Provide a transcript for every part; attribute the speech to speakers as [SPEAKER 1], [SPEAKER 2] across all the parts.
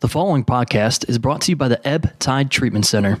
[SPEAKER 1] The following podcast is brought to you by the Ebb Tide Treatment Center.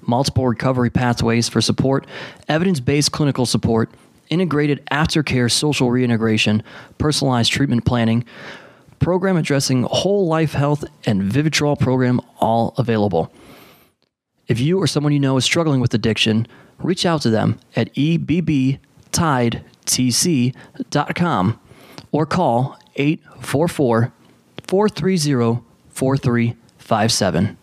[SPEAKER 1] multiple recovery pathways for support, evidence based clinical support, integrated aftercare social reintegration, personalized treatment planning, program addressing whole life health, and Vivitrol program all available. If you or someone you know is struggling with addiction, reach out to them at E ebbtidetc.com or call 844 430 4357.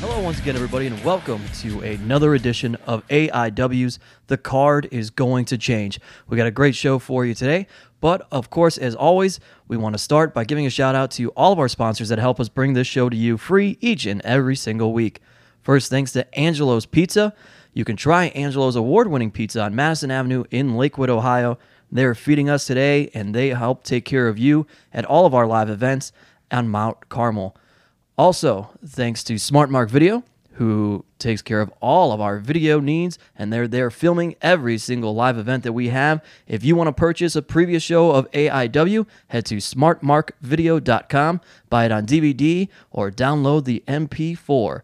[SPEAKER 1] Hello, once again, everybody, and welcome to another edition of AIW's The Card is Going to Change. We got a great show for you today, but of course, as always, we want to start by giving a shout out to all of our sponsors that help us bring this show to you free each and every single week. First, thanks to Angelo's Pizza. You can try Angelo's award winning pizza on Madison Avenue in Lakewood, Ohio. They're feeding us today, and they help take care of you at all of our live events on Mount Carmel. Also, thanks to Smart Mark Video, who takes care of all of our video needs, and they're there filming every single live event that we have. If you want to purchase a previous show of AIW, head to smartmarkvideo.com, buy it on DVD, or download the MP4.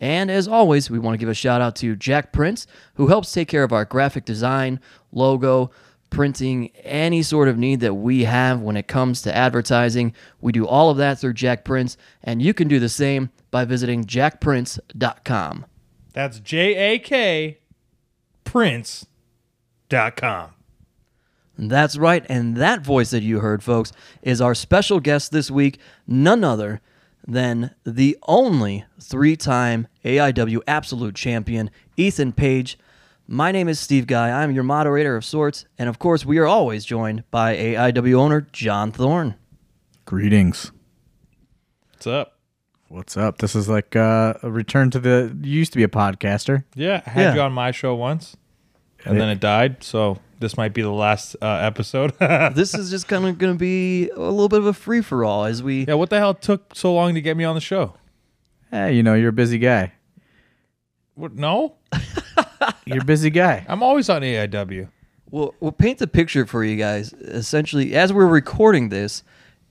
[SPEAKER 1] And as always, we want to give a shout out to Jack Prince, who helps take care of our graphic design, logo, printing, any sort of need that we have when it comes to advertising. We do all of that through Jack Prince, and you can do the same by visiting jackprince.com.
[SPEAKER 2] That's J A K Prince.com.
[SPEAKER 1] That's right, and that voice that you heard, folks, is our special guest this week, none other than the only three time AIW absolute champion, Ethan Page. My name is Steve Guy. I'm your moderator of sorts, and of course, we are always joined by AIW owner John Thorne.
[SPEAKER 3] Greetings.
[SPEAKER 2] What's up?
[SPEAKER 3] What's up? This is like uh, a return to the. You used to be a podcaster.
[SPEAKER 2] Yeah, I had
[SPEAKER 1] Yeah.
[SPEAKER 2] you on my show once, and then it died. So this might be the last uh, episode.
[SPEAKER 1] This is just kind of going to be a little bit of a free for all as we.
[SPEAKER 2] yeah, what the hell took so long to get me on the show?
[SPEAKER 3] Hey, Eh, you know, you're a busy guy.
[SPEAKER 2] What, no,
[SPEAKER 3] You're a busy guy.
[SPEAKER 2] I'm always on AIW.
[SPEAKER 1] We'll, we'll paint the picture for you guys. Essentially, as we're recording this,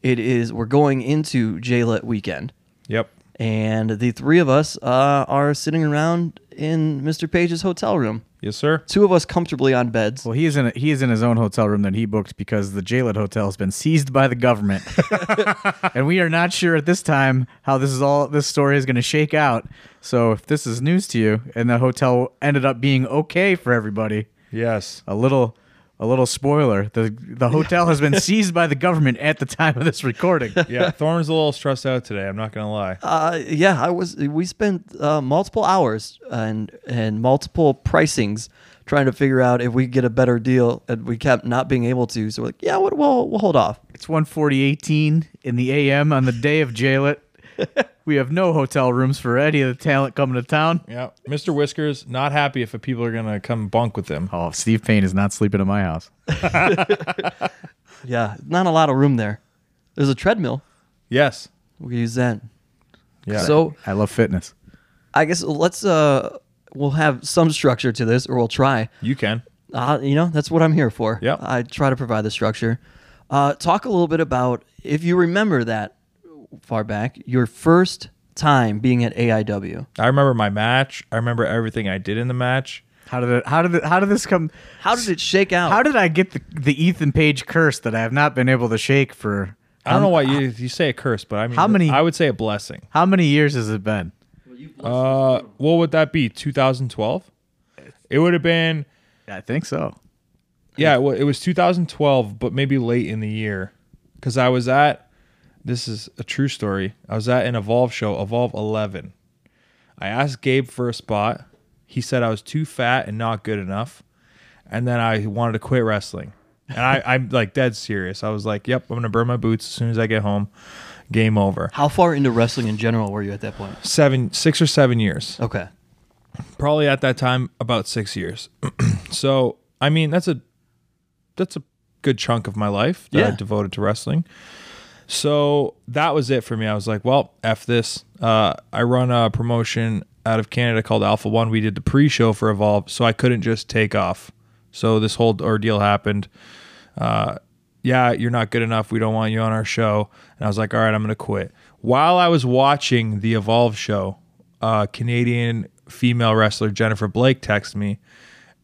[SPEAKER 1] it is we're going into JLET weekend.
[SPEAKER 2] Yep.
[SPEAKER 1] and the three of us uh, are sitting around in Mr. Page's hotel room.
[SPEAKER 2] Yes, sir.
[SPEAKER 1] Two of us comfortably on beds.
[SPEAKER 3] Well, he is in a, he is in his own hotel room that he booked because the Jailet Hotel has been seized by the government, and we are not sure at this time how this is all this story is going to shake out. So, if this is news to you, and the hotel ended up being okay for everybody,
[SPEAKER 2] Yes.
[SPEAKER 3] a little a little spoiler: the the hotel has been seized by the government at the time of this recording.
[SPEAKER 2] Yeah, Thorne's a little stressed out today. I'm not gonna lie.
[SPEAKER 1] Uh, yeah, I was. We spent uh, multiple hours and and multiple pricings trying to figure out if we could get a better deal, and we kept not being able to. So we're like, yeah, we'll we'll, we'll hold off.
[SPEAKER 3] It's 1:40:18 in the AM on the day of Jailet. we have no hotel rooms for any of the talent coming to town.
[SPEAKER 2] Yeah, Mr. Whiskers not happy if people are gonna come bunk with him.
[SPEAKER 3] Oh, Steve Payne is not sleeping at my house.
[SPEAKER 1] Yeah, not a lot of room there. There's a treadmill.
[SPEAKER 2] Yes.
[SPEAKER 1] We could use that.
[SPEAKER 2] Yeah.
[SPEAKER 1] So
[SPEAKER 3] I love fitness.
[SPEAKER 1] I guess let's uh we'll have some structure to this, or we'll try.
[SPEAKER 2] you can.
[SPEAKER 1] Uh, you know, that's what I'm here for.
[SPEAKER 2] Yep.
[SPEAKER 1] I try to provide the structure. Uh, talk a little bit about, if you remember that far back, your first time being at AIW.
[SPEAKER 2] I remember my match. I remember everything I did in the match.
[SPEAKER 3] How did it, how did it, how did this come?
[SPEAKER 1] How did it shake out?
[SPEAKER 3] How did I get the, the Ethan Page curse that I have not been able to shake for?
[SPEAKER 2] I don't know why you you say a curse, but I mean,
[SPEAKER 3] How many-
[SPEAKER 2] I would say a blessing.
[SPEAKER 3] How many years has it been?
[SPEAKER 2] Uh, what would that be? 2012. It would have been
[SPEAKER 3] I think so.
[SPEAKER 2] yeah. Well, it was 2012, but maybe late in the year, because I was at. This is a true story. I was at an Evolve show, Evolve 11. I asked Gabe for a spot. He said I was too fat and not good enough, and then I wanted to quit wrestling. And I, I'm like dead serious. I was like, "Yep, I'm gonna burn my boots as soon as I get home. Game over."
[SPEAKER 1] How far into wrestling in general were you at that point?
[SPEAKER 2] Seven, six or seven years.
[SPEAKER 1] Okay.
[SPEAKER 2] probably at that time about six years. so I mean that's a that's a good chunk of my life that I
[SPEAKER 1] Yeah.
[SPEAKER 2] devoted to wrestling. So that was it for me. I was like, well, f this. Uh, I run a promotion out of Canada called Alpha One. We did the pre-show for Evolve, so I couldn't just take off. So this whole ordeal happened. Uh, yeah, you're not good enough. We don't want you on our show. And I was like, all right, I'm gonna quit. While I was watching the Evolve show, uh, Canadian female wrestler Jennifer Blake texted me,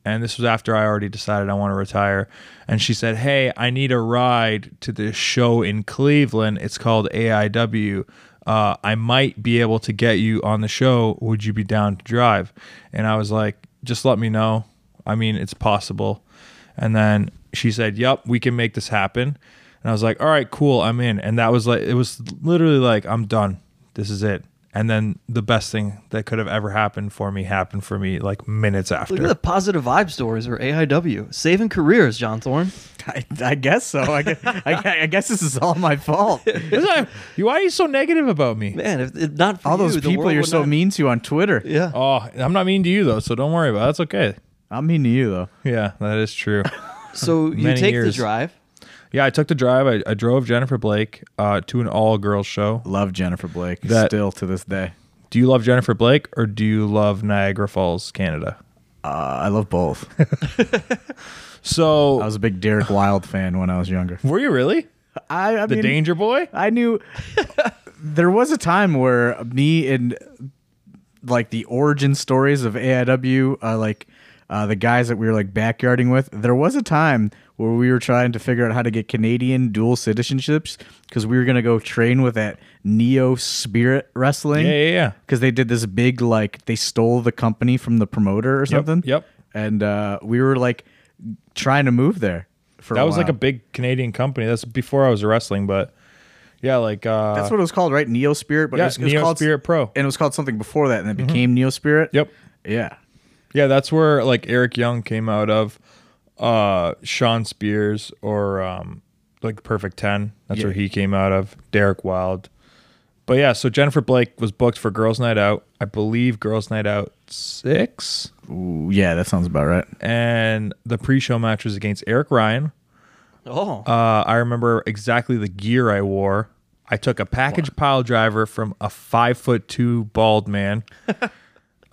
[SPEAKER 2] and this was after I already decided I want to retire. And she said, "Hey, I need a ride to this show in Cleveland. It's called AIW. Uh, I might be able to get you on the show. Would you be down to drive?" And I was like, "Just let me know. I mean, it's possible." And then she said, "Yep, we can make this happen." And I was like, "All right, cool, I'm in." And that was like, it was literally like, "I'm done. This is it." And then the best thing that could have ever happened for me happened for me like minutes after.
[SPEAKER 1] Look at the positive vibe stories for AIW. Saving careers, John Thorne.
[SPEAKER 3] I, I guess so. I guess, I, I guess this is all my fault.
[SPEAKER 2] Why are you so negative about me?
[SPEAKER 1] Man, if, if not for
[SPEAKER 3] All those
[SPEAKER 1] you, the
[SPEAKER 3] people
[SPEAKER 1] world
[SPEAKER 3] you're
[SPEAKER 1] would
[SPEAKER 3] so
[SPEAKER 1] not-
[SPEAKER 3] mean to on Twitter.
[SPEAKER 1] Yeah.
[SPEAKER 2] Oh, I'm not mean to you though, so don't worry about it. That's okay.
[SPEAKER 3] I'm mean to you though.
[SPEAKER 2] Yeah, that is true.
[SPEAKER 1] So you
[SPEAKER 2] Many
[SPEAKER 1] take
[SPEAKER 2] years.
[SPEAKER 1] the drive.
[SPEAKER 2] yeah, I took the drive. I, I drove Jennifer Blake uh, to an all girls show.
[SPEAKER 3] Love Jennifer Blake
[SPEAKER 2] That-
[SPEAKER 3] still to this day.
[SPEAKER 2] Do you love Jennifer Blake or do you love Niagara Falls, Canada?
[SPEAKER 3] Uh, I love both.
[SPEAKER 2] So,
[SPEAKER 3] I was a big Derek Wilde fan when I was younger.
[SPEAKER 2] were you really
[SPEAKER 3] I, I
[SPEAKER 2] the
[SPEAKER 3] mean,
[SPEAKER 2] Danger Boy?
[SPEAKER 3] I knew there was a time where me and like the origin stories of AIW, uh, like uh, the guys that we were like backyarding with, there was a time where we were trying to figure out how to get Canadian dual citizenships because we were gonna go train with that Neo Spirit Wrestling.
[SPEAKER 2] Yeah, yeah, yeah.
[SPEAKER 3] Because they did this big like they stole the company from the promoter or something.
[SPEAKER 2] yep.
[SPEAKER 3] And uh, we were like trying to move there. For
[SPEAKER 2] That was like a
[SPEAKER 3] while.
[SPEAKER 2] big Canadian company. That's before I was wrestling, but yeah, like uh,
[SPEAKER 3] That's what it was called, right? Neo Spirit, but
[SPEAKER 2] Yeah,
[SPEAKER 3] it was, it was
[SPEAKER 2] Neo
[SPEAKER 3] called
[SPEAKER 2] Spirit Pro. Mm-hmm.
[SPEAKER 3] and it was called something before that, and it became Neo Spirit.
[SPEAKER 2] Yep.
[SPEAKER 3] Yeah.
[SPEAKER 2] Yeah, that's where like Eric Young came out of, uh, Sean Spears or um, like Perfect Ten. That's where he came out of. Derek Wild. But yeah, so Jennifer Blake was booked for Girls Night Out. I believe Girls Night Out six,
[SPEAKER 3] Ooh, yeah, that sounds about right.
[SPEAKER 2] and the pre-show match was against Eric Ryan.
[SPEAKER 1] Oh.
[SPEAKER 2] Uh, I remember exactly the gear I wore. I took a package pile driver from a five foot two bald man.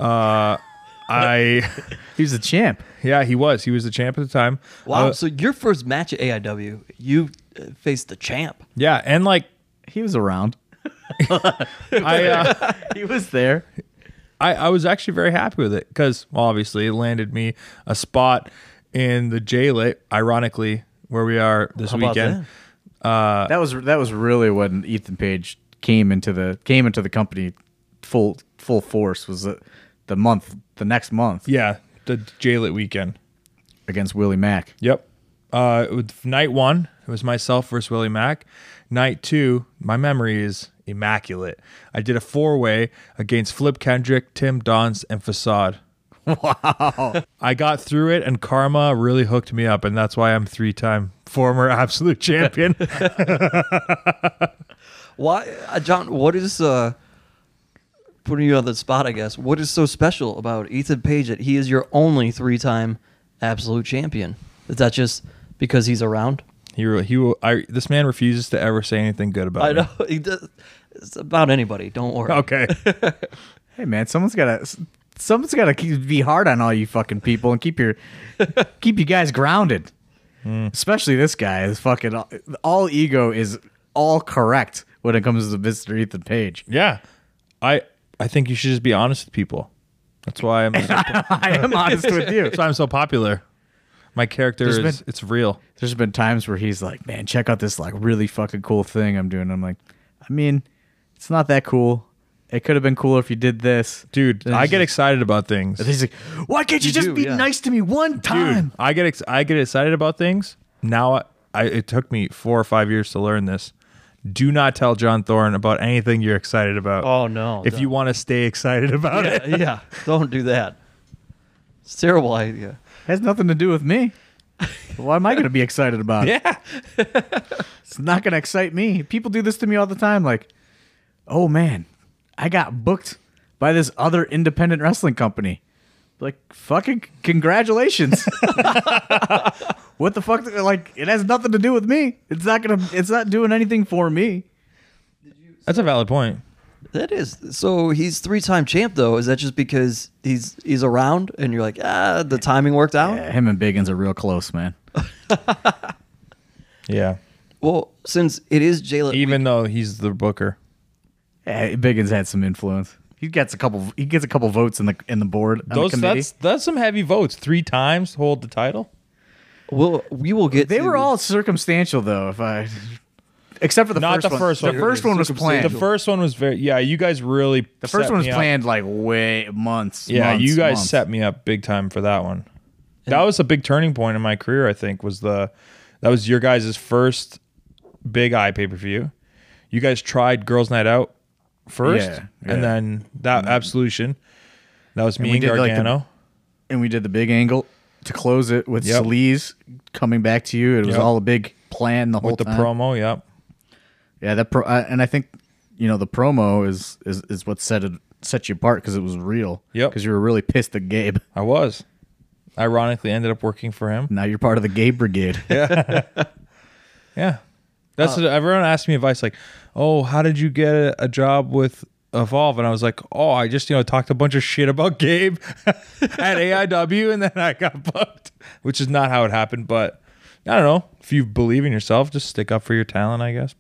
[SPEAKER 2] uh, I.
[SPEAKER 3] He was a champ.
[SPEAKER 2] Yeah, he was. He was the champ at the time.
[SPEAKER 1] wow.
[SPEAKER 2] Uh,
[SPEAKER 1] so your first match at AIW, you uh, faced the champ.
[SPEAKER 2] yeah, and like
[SPEAKER 3] He was around.
[SPEAKER 2] I, uh,
[SPEAKER 3] He was there.
[SPEAKER 2] I, I was actually very happy with it because obviously it landed me a spot in the J Lit, ironically, where we are this
[SPEAKER 1] How about
[SPEAKER 2] weekend. Uh,
[SPEAKER 3] that was that was really when Ethan Page came into the came into the company full full force was the, the month the next month
[SPEAKER 2] Yeah, the J Lit weekend.
[SPEAKER 3] against Willie Mack.
[SPEAKER 2] Yep. Uh, with night one, it was myself versus Willie Mack. Night two, my memory is immaculate. I did a four way against Flip Kendrick, Tim Dons, and Facade. I got through it, and karma really hooked me up, and that's why I'm three time former absolute champion.
[SPEAKER 1] Why, uh, John? What is uh, putting you on the spot? I guess. What is so special about Ethan Page that he is your only three-time absolute champion? Is that just because he's around?
[SPEAKER 2] he, re- he, will- I, this man refuses to ever say anything good about
[SPEAKER 1] I
[SPEAKER 2] me.
[SPEAKER 1] know Oh, he does. It's about anybody. Don't worry.
[SPEAKER 2] Okay,
[SPEAKER 3] Hey man, someone's gotta someone's gotta keep, be hard on all you fucking people and keep your keep you guys grounded. Especially this guy is fucking all, all ego is all correct when it comes to Mr. Ethan Page.
[SPEAKER 2] yeah, I, I think you should just be honest with people. That's why I'm. So, that's
[SPEAKER 3] I am honest with you.
[SPEAKER 2] why I'm so popular. My character
[SPEAKER 3] There's
[SPEAKER 2] is
[SPEAKER 3] been-
[SPEAKER 2] it's real.
[SPEAKER 3] There's been times where he's like, "Man, check out this like really fucking cool thing I'm doing." I'm like, "I mean, it's not that cool. It could have been cooler if you did this."
[SPEAKER 2] Dude,
[SPEAKER 3] And
[SPEAKER 2] I
[SPEAKER 3] he's
[SPEAKER 2] get
[SPEAKER 3] like-
[SPEAKER 2] excited about things.
[SPEAKER 3] and he's like, "Why can't you,
[SPEAKER 1] You
[SPEAKER 3] just
[SPEAKER 1] do,
[SPEAKER 3] be
[SPEAKER 1] yeah.
[SPEAKER 3] nice to me one time?"
[SPEAKER 2] Dude, I get ex- I get excited about things. Now I, I it took me 4 or 5 years to learn this. Do not tell John Thorne about anything you're excited about.
[SPEAKER 1] Oh no.
[SPEAKER 2] if you want to stay excited about it.
[SPEAKER 1] yeah, yeah, don't do that. It's a terrible idea.
[SPEAKER 3] has nothing to do with me. Why am I going to be excited about it?
[SPEAKER 2] Yeah.
[SPEAKER 3] It's not going to excite me. People do this to me all the time. Like, oh man, I got booked by this other independent wrestling company. Like, fucking congratulations. what the fuck? Like, it has nothing to do with me. It's not going to, it's not doing anything for me.
[SPEAKER 2] That's a valid point.
[SPEAKER 1] That is so. He's three-time champ though. Is that just because he's he's around and you're like, ah, the timing worked out?
[SPEAKER 3] Yeah, him and Biggins are real close, man.
[SPEAKER 2] Yeah.
[SPEAKER 1] Well, since it is Jalen,
[SPEAKER 2] Even though he's the booker.
[SPEAKER 3] Yeah, Biggins had some influence. He gets a couple. He gets a couple votes in the in the board. on the
[SPEAKER 2] Those
[SPEAKER 3] committee.
[SPEAKER 2] that's that's some heavy votes. 3 times hold the title.
[SPEAKER 1] we'll, we will get.
[SPEAKER 3] They
[SPEAKER 1] to-
[SPEAKER 3] were all circumstantial, though. If I, except for the
[SPEAKER 2] Not
[SPEAKER 3] first
[SPEAKER 2] the
[SPEAKER 3] one.
[SPEAKER 2] first one.
[SPEAKER 3] The first one was
[SPEAKER 2] The
[SPEAKER 3] planned. The,
[SPEAKER 2] first one was very Yeah, you guys really
[SPEAKER 3] first
[SPEAKER 2] set
[SPEAKER 3] one was
[SPEAKER 2] me up.
[SPEAKER 3] planned like way months.
[SPEAKER 2] Yeah,
[SPEAKER 3] months,
[SPEAKER 2] you guys
[SPEAKER 3] months.
[SPEAKER 2] set me up big time for that one. that was a big turning point in my career. I think was the that was your guys' first big eye pay per view. You guys tried Girls Night Out first,
[SPEAKER 3] Yeah, yeah. Mm-hmm.
[SPEAKER 2] and then that Absolution. That was me
[SPEAKER 3] we
[SPEAKER 2] and,
[SPEAKER 3] did, like, the-
[SPEAKER 2] Gargano.
[SPEAKER 3] and we did the big angle to close it with
[SPEAKER 2] Yep.
[SPEAKER 3] Salise coming back to you. It was
[SPEAKER 2] Yep.
[SPEAKER 3] all a big plan the whole
[SPEAKER 2] with the
[SPEAKER 3] time.
[SPEAKER 2] promo, yep.
[SPEAKER 3] Yeah, that pro, uh, and I think you know the promo is is, is what set it set you apart because it was real.
[SPEAKER 2] Yep.
[SPEAKER 3] because you were really pissed at Gabe.
[SPEAKER 2] I was. Ironically, ended up working for him.
[SPEAKER 3] Now you're part of the Gabe Brigade. Yeah,
[SPEAKER 2] Yeah,
[SPEAKER 3] Uh,
[SPEAKER 2] that's everyone asked me advice like, "Oh, how did you get a, a job with Evolve?" And I was like, "Oh, I just you know talked a bunch of shit about Gabe at AIW, and then I got booked," which is not how it happened. But I don't know if you believe in yourself, just stick up for your talent, I guess.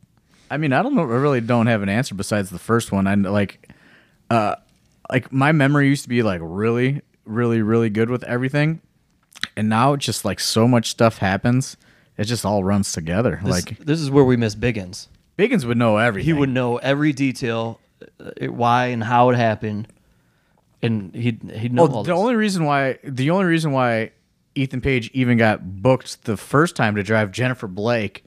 [SPEAKER 3] I mean, I don't know. I really don't have an answer besides the first one. I like, uh, like my memory used to be like really, really, really good with everything, and now it's just like so much stuff happens, it just all runs together.
[SPEAKER 1] This,
[SPEAKER 3] like
[SPEAKER 1] this is where we miss Biggins.
[SPEAKER 3] Biggins would know everything.
[SPEAKER 1] He would know every detail, uh, it- why and how it happened, and he'd he'd know
[SPEAKER 3] Oh,
[SPEAKER 1] all
[SPEAKER 3] the
[SPEAKER 1] this.
[SPEAKER 3] only reason why the only reason why Ethan Page even got booked the first time to drive Jennifer Blake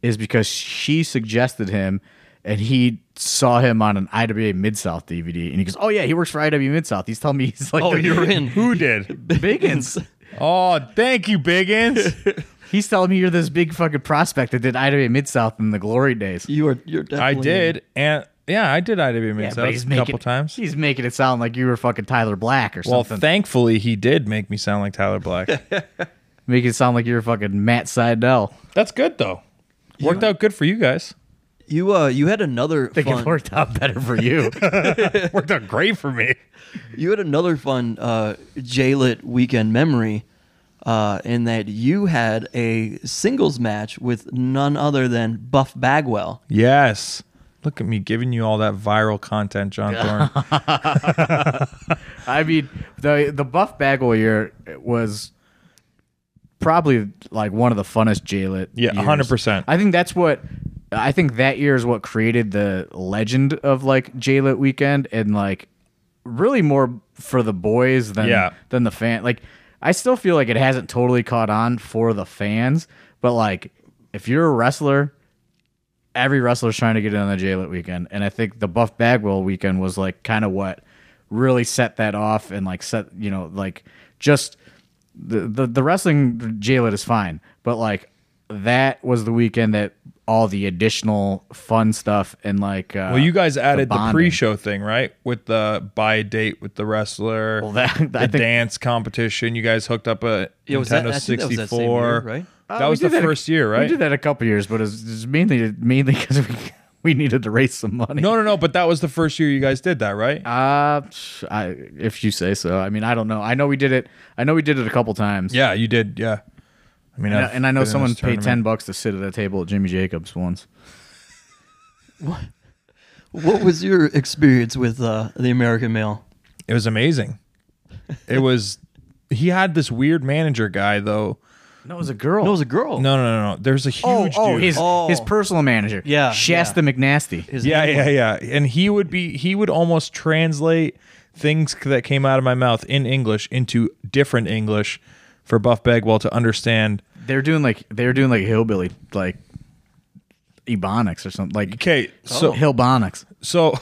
[SPEAKER 3] is because she suggested him and he saw him on an IWA Mid South DVD and he goes, Oh yeah, he works for IWA Mid South. He's telling me he's like
[SPEAKER 1] oh,
[SPEAKER 3] the-
[SPEAKER 1] you're in.
[SPEAKER 2] Who did?
[SPEAKER 3] Biggins.
[SPEAKER 2] oh, thank you, Biggins.
[SPEAKER 3] he's telling me you're this big fucking prospect that did IWA Mid South in the glory days.
[SPEAKER 1] You are. You're
[SPEAKER 2] I
[SPEAKER 1] definitely. in.
[SPEAKER 2] did, and yeah, I did IW
[SPEAKER 3] Yeah,
[SPEAKER 2] Mix
[SPEAKER 3] but
[SPEAKER 2] Outs
[SPEAKER 3] he's
[SPEAKER 2] a
[SPEAKER 3] making,
[SPEAKER 2] couple times.
[SPEAKER 3] He's making it sound like you were fucking Tyler Black or
[SPEAKER 2] well,
[SPEAKER 3] something.
[SPEAKER 2] thankfully, he did make me sound like Tyler Black.
[SPEAKER 3] making it sound like you were fucking Matt Seidel.
[SPEAKER 2] That's good though. Worked out good for you guys.
[SPEAKER 1] You uh. You had another
[SPEAKER 3] I think
[SPEAKER 1] fun.
[SPEAKER 3] it worked out better for you.
[SPEAKER 2] Worked out great for me.
[SPEAKER 1] You had another fun uh, J-Lit weekend memory uh, in that you had a singles match with none other than Buff Bagwell.
[SPEAKER 2] Yes. Look at me giving you all that viral content, John Thorne.
[SPEAKER 3] I mean, the the Buff Bagwell year was probably like one of the funnest J-Lit.
[SPEAKER 2] Yeah,
[SPEAKER 3] years.
[SPEAKER 2] 100%.
[SPEAKER 3] I think that's what I think that year is what created the legend of like J-Lit weekend and like really more for the boys than
[SPEAKER 2] Yeah.
[SPEAKER 3] than the fan. Like I still feel like it hasn't totally caught on for the fans, but like if you're a wrestler every wrestler's trying to get in on the J-Lit weekend, and I think the Buff Bagwell weekend was like kind of what really set that off, and like set you know like just the the, the wrestling J-Lit is fine, but like that was the weekend that all the additional fun stuff and like uh,
[SPEAKER 2] well, you guys added the,
[SPEAKER 3] bonding.
[SPEAKER 2] pre-show thing, right? With the buy date with the wrestler,
[SPEAKER 3] Well, that- I
[SPEAKER 2] the
[SPEAKER 3] think-
[SPEAKER 2] dance competition. You guys hooked up a
[SPEAKER 1] Yeah, was that-
[SPEAKER 2] Nintendo
[SPEAKER 1] I think that was that same
[SPEAKER 2] 64,
[SPEAKER 1] year, right?
[SPEAKER 3] Uh,
[SPEAKER 2] That
[SPEAKER 3] we
[SPEAKER 2] was the
[SPEAKER 3] did a-
[SPEAKER 2] first year,
[SPEAKER 3] We
[SPEAKER 2] right?
[SPEAKER 3] did that a couple years, but it's it's mainly mainly because we we needed to raise some money.
[SPEAKER 2] No, no, no. But that was the first year you guys did that, right?
[SPEAKER 3] Uh, I, if you say so. I mean, I don't know. I know we did it. I know we did it a couple times.
[SPEAKER 2] yeah, you did. Yeah. I mean,
[SPEAKER 3] And,
[SPEAKER 2] I've
[SPEAKER 3] and I know
[SPEAKER 2] been in
[SPEAKER 3] someone
[SPEAKER 2] this
[SPEAKER 3] paid ten
[SPEAKER 2] tournament.
[SPEAKER 3] bucks to sit at a table at Jimmy Jacobs once.
[SPEAKER 1] What was your experience with uh, the American Male?
[SPEAKER 2] It was amazing. It was he had this weird manager guy though.
[SPEAKER 3] No, it was a girl.
[SPEAKER 1] No, it was a girl.
[SPEAKER 2] No, no, no, no. There's a huge
[SPEAKER 3] oh, oh,
[SPEAKER 2] dude.
[SPEAKER 3] his
[SPEAKER 1] Oh.
[SPEAKER 3] his personal manager.
[SPEAKER 1] Yeah,
[SPEAKER 3] Shasta McNasty.
[SPEAKER 1] His
[SPEAKER 2] yeah,
[SPEAKER 1] name
[SPEAKER 2] yeah, yeah. And he would be he would almost translate things c- that came out of my mouth in English into different English for Buff Bagwell to understand.
[SPEAKER 3] they're doing like they're doing like hillbilly like ebonics or something like
[SPEAKER 2] Okay, so
[SPEAKER 3] oh. hillbonics.
[SPEAKER 2] So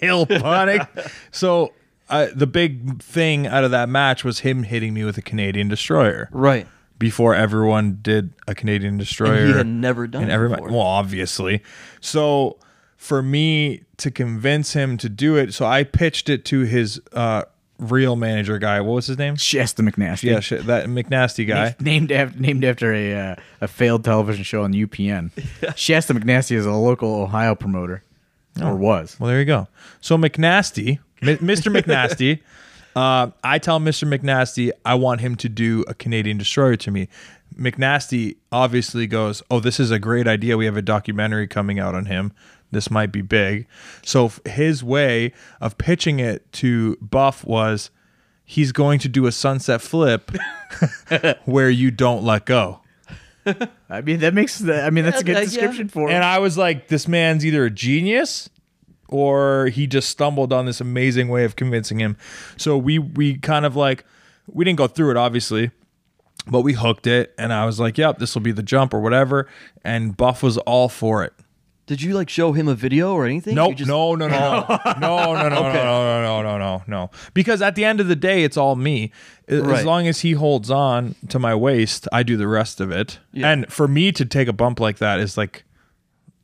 [SPEAKER 2] Hill Ponic. so uh, the big thing out of that match was him hitting me with a Canadian destroyer
[SPEAKER 1] Right.
[SPEAKER 2] before everyone did a Canadian destroyer.
[SPEAKER 1] And he had never done
[SPEAKER 2] and
[SPEAKER 1] it
[SPEAKER 2] everyone,
[SPEAKER 1] before.
[SPEAKER 2] well, obviously. So for me to convince him to do it, so I pitched it to his uh, real manager guy. What was his name?
[SPEAKER 3] Shasta McNasty.
[SPEAKER 2] Yeah, shit, that McNasty guy.
[SPEAKER 3] Named after named after a uh, a failed television show on UPN. Shasta McNasty is a local Ohio promoter,
[SPEAKER 1] Oh.
[SPEAKER 3] or was.
[SPEAKER 2] Well, there you go. So McNasty, Mi- Mr. McNasty, uh, I tell Mr. McNasty I want him to do a Canadian destroyer to me. McNasty obviously goes, "Oh, this is a great idea. We have a documentary coming out on him. This might be big." So f- his way of pitching it to Buff was, he's going to do a sunset flip where you don't let go.
[SPEAKER 3] I mean, that makes. The, I mean, that's a good
[SPEAKER 1] Yeah, yeah.
[SPEAKER 3] description for.
[SPEAKER 2] And
[SPEAKER 3] it.
[SPEAKER 2] I was like, this man's either a genius or he just stumbled on this amazing way of convincing him. So we we kind of like we didn't go through it obviously, but we hooked it and I was like, yep, this will be the jump or whatever and Buff was all for it.
[SPEAKER 1] Did you like show him a video or anything?
[SPEAKER 2] Nope,
[SPEAKER 1] You just-
[SPEAKER 2] no, no, no, no, no, no, no, no, no, no, no, no, no. Because at the end of the day, it's all me. I-
[SPEAKER 1] Right.
[SPEAKER 2] As long as he holds on to my waist, I do the rest of it.
[SPEAKER 1] Yeah.
[SPEAKER 2] And for me to take a bump like that is like,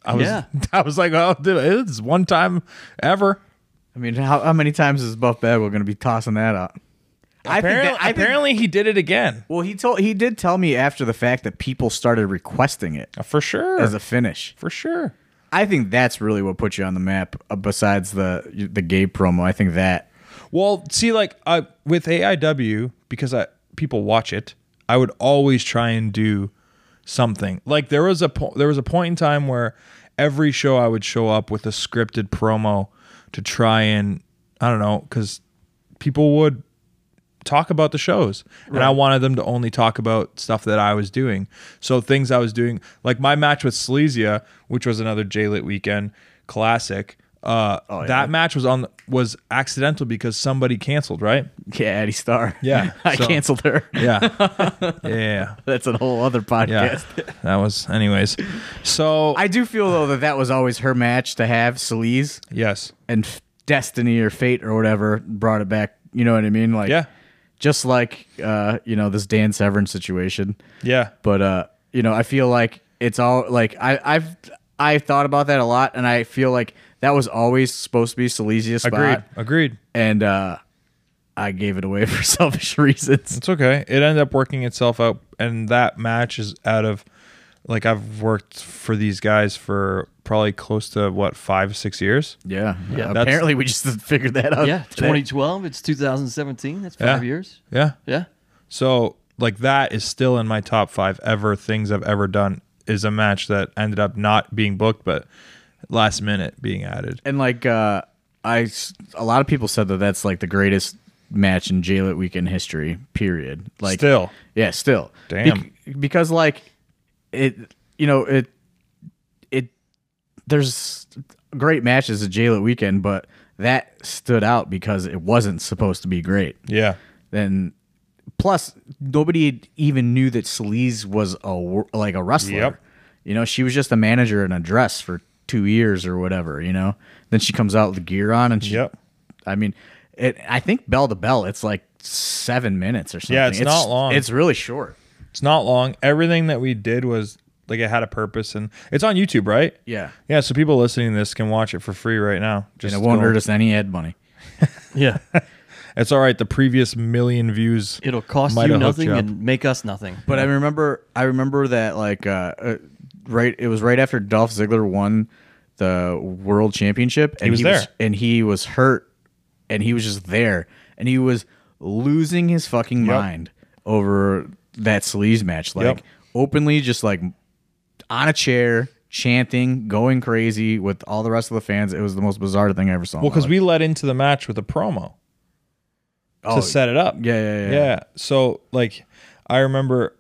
[SPEAKER 2] I was,
[SPEAKER 1] Yeah.
[SPEAKER 2] I was like, oh, dude, it's one time ever.
[SPEAKER 3] I mean, how, how many times is Buff Bagwell going to be tossing that out? I think
[SPEAKER 2] Apparently,
[SPEAKER 3] that- I think-
[SPEAKER 2] apparently he did it again
[SPEAKER 3] Well, he told he did tell me after the fact that people started requesting it
[SPEAKER 2] for sure,
[SPEAKER 3] as a finish.
[SPEAKER 2] for sure.
[SPEAKER 3] I think that's really what put you on the map. Uh, besides the the gay promo, I think that
[SPEAKER 2] Well, see, like uh, with AIW, because I people watch it, I would always try and do something. Like there was a po- there was a point in time where every show I would show up with a scripted promo to try and I don't know because people would talk about the shows and i wanted them to only talk about stuff that i was doing so things i was doing like my match with slesia which was another j-lit weekend classic uh,
[SPEAKER 3] Oh,
[SPEAKER 2] that match was on was accidental because somebody canceled right
[SPEAKER 3] yeah, Addie Star.
[SPEAKER 2] Yeah,
[SPEAKER 3] I
[SPEAKER 2] so-
[SPEAKER 3] canceled her.
[SPEAKER 2] yeah yeah
[SPEAKER 3] That's a whole other
[SPEAKER 2] yeah
[SPEAKER 3] podcast.
[SPEAKER 2] that was anyways so
[SPEAKER 3] I do feel though that that was always her match to have Celise
[SPEAKER 2] yes
[SPEAKER 3] and f- Destiny or Fate or whatever brought it back. You know what I mean? Like
[SPEAKER 2] Yeah.
[SPEAKER 3] just like uh, you know this Dan Severn situation.
[SPEAKER 2] yeah
[SPEAKER 3] but uh you know i feel like it's all like i i've i've thought about that a lot and i feel like that was always supposed to be Silesia's spot
[SPEAKER 2] agreed agreed
[SPEAKER 3] and uh i gave it away for selfish reasons
[SPEAKER 2] It's okay. It ended up working itself out, and that match is out of like I've worked for these guys for probably close to what five six years.
[SPEAKER 3] yeah yeah
[SPEAKER 2] that's-
[SPEAKER 3] apparently we just figured that out
[SPEAKER 1] Yeah,
[SPEAKER 3] today.
[SPEAKER 1] 2012. It's 2017. That's
[SPEAKER 2] Oh, Yeah.
[SPEAKER 1] five years.
[SPEAKER 2] Yeah.
[SPEAKER 1] Yeah.
[SPEAKER 2] So like that is still in my top five ever things I've ever done is a match that ended up not being booked, but last minute being added.
[SPEAKER 3] and like uh i s- a lot of people said that that's like the greatest match in J-Lit weekend history period like
[SPEAKER 2] Still.
[SPEAKER 3] yeah still
[SPEAKER 2] Damn.
[SPEAKER 3] Bec- because like it you know it it there's great matches at J-Lit weekend but that stood out because it wasn't supposed to be great
[SPEAKER 2] Yeah.
[SPEAKER 3] then plus nobody even knew that Celise was a wor- like a wrestler.
[SPEAKER 2] Yep.
[SPEAKER 3] You know, she was just a manager in a dress for two years or whatever. You know, then she comes out with the gear on and she.
[SPEAKER 2] Yep.
[SPEAKER 3] I mean, it. I think bell to bell, it's like seven minutes or something.
[SPEAKER 2] Yeah, it's not long.
[SPEAKER 3] It's really short.
[SPEAKER 2] It's not long. Everything that we did was like it had a purpose and it's on YouTube, right?
[SPEAKER 3] Yeah.
[SPEAKER 2] Yeah, so people listening to this can watch it for free right now. Just
[SPEAKER 3] And it won't
[SPEAKER 2] go-
[SPEAKER 3] hurt us any ad money.
[SPEAKER 1] Yeah.
[SPEAKER 2] It's all right. The previous million views.
[SPEAKER 1] It'll cost
[SPEAKER 2] might
[SPEAKER 1] you
[SPEAKER 2] have hooked
[SPEAKER 1] nothing
[SPEAKER 2] up.
[SPEAKER 1] and make us nothing.
[SPEAKER 3] But I remember, I remember that like uh, uh, right. It was right after Dolph Ziggler won the world championship, and
[SPEAKER 2] was there.
[SPEAKER 3] and he was hurt, and he was just there, and he was losing his fucking mind over that sleaze match, like
[SPEAKER 2] Yep.
[SPEAKER 3] openly, just like on a chair. Chanting, going crazy with all Oh, the rest of the fans. It was the most bizarre thing I ever saw. in
[SPEAKER 2] Well,
[SPEAKER 3] my
[SPEAKER 2] because
[SPEAKER 3] life.
[SPEAKER 2] we led into the match with a promo.
[SPEAKER 3] Oh,
[SPEAKER 2] to set it up.
[SPEAKER 3] yeah, yeah, yeah.
[SPEAKER 2] So like, I remember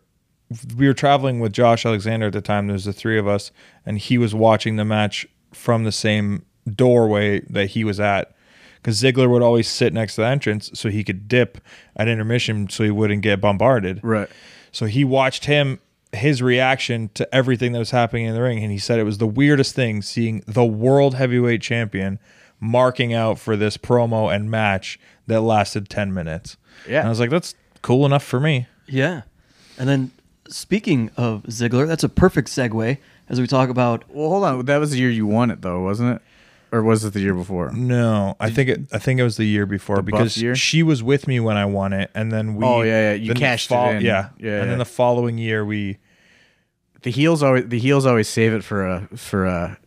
[SPEAKER 2] we were traveling with Josh Alexander at the time. There's the three of us, and he was watching the match from the same doorway that he was at. Because Ziggler would always sit next to the entrance so he could dip at intermission so he wouldn't get bombarded.
[SPEAKER 3] Oh, Right.
[SPEAKER 2] So he watched him his reaction to everything that was happening in the ring and he said it was the weirdest thing seeing the world heavyweight champion marking out for this promo and match that lasted 10 minutes.
[SPEAKER 3] Yeah.
[SPEAKER 2] And I was like that's cool enough for me.
[SPEAKER 1] Yeah. And then speaking of Ziggler, that's a perfect segue as we talk about
[SPEAKER 3] Well, hold on. That was the year you won it, though, wasn't it? Or was it the year before?
[SPEAKER 2] No, I think it I think it was the year before
[SPEAKER 3] buff
[SPEAKER 2] because
[SPEAKER 3] year?
[SPEAKER 2] she was with me when I won it and then we
[SPEAKER 3] Oh, yeah, yeah, you
[SPEAKER 2] then the
[SPEAKER 3] cashed it in.
[SPEAKER 2] Yeah.
[SPEAKER 3] Yeah,
[SPEAKER 2] And
[SPEAKER 3] yeah.
[SPEAKER 2] then the following year we
[SPEAKER 3] The heels always the heels always save it for a for a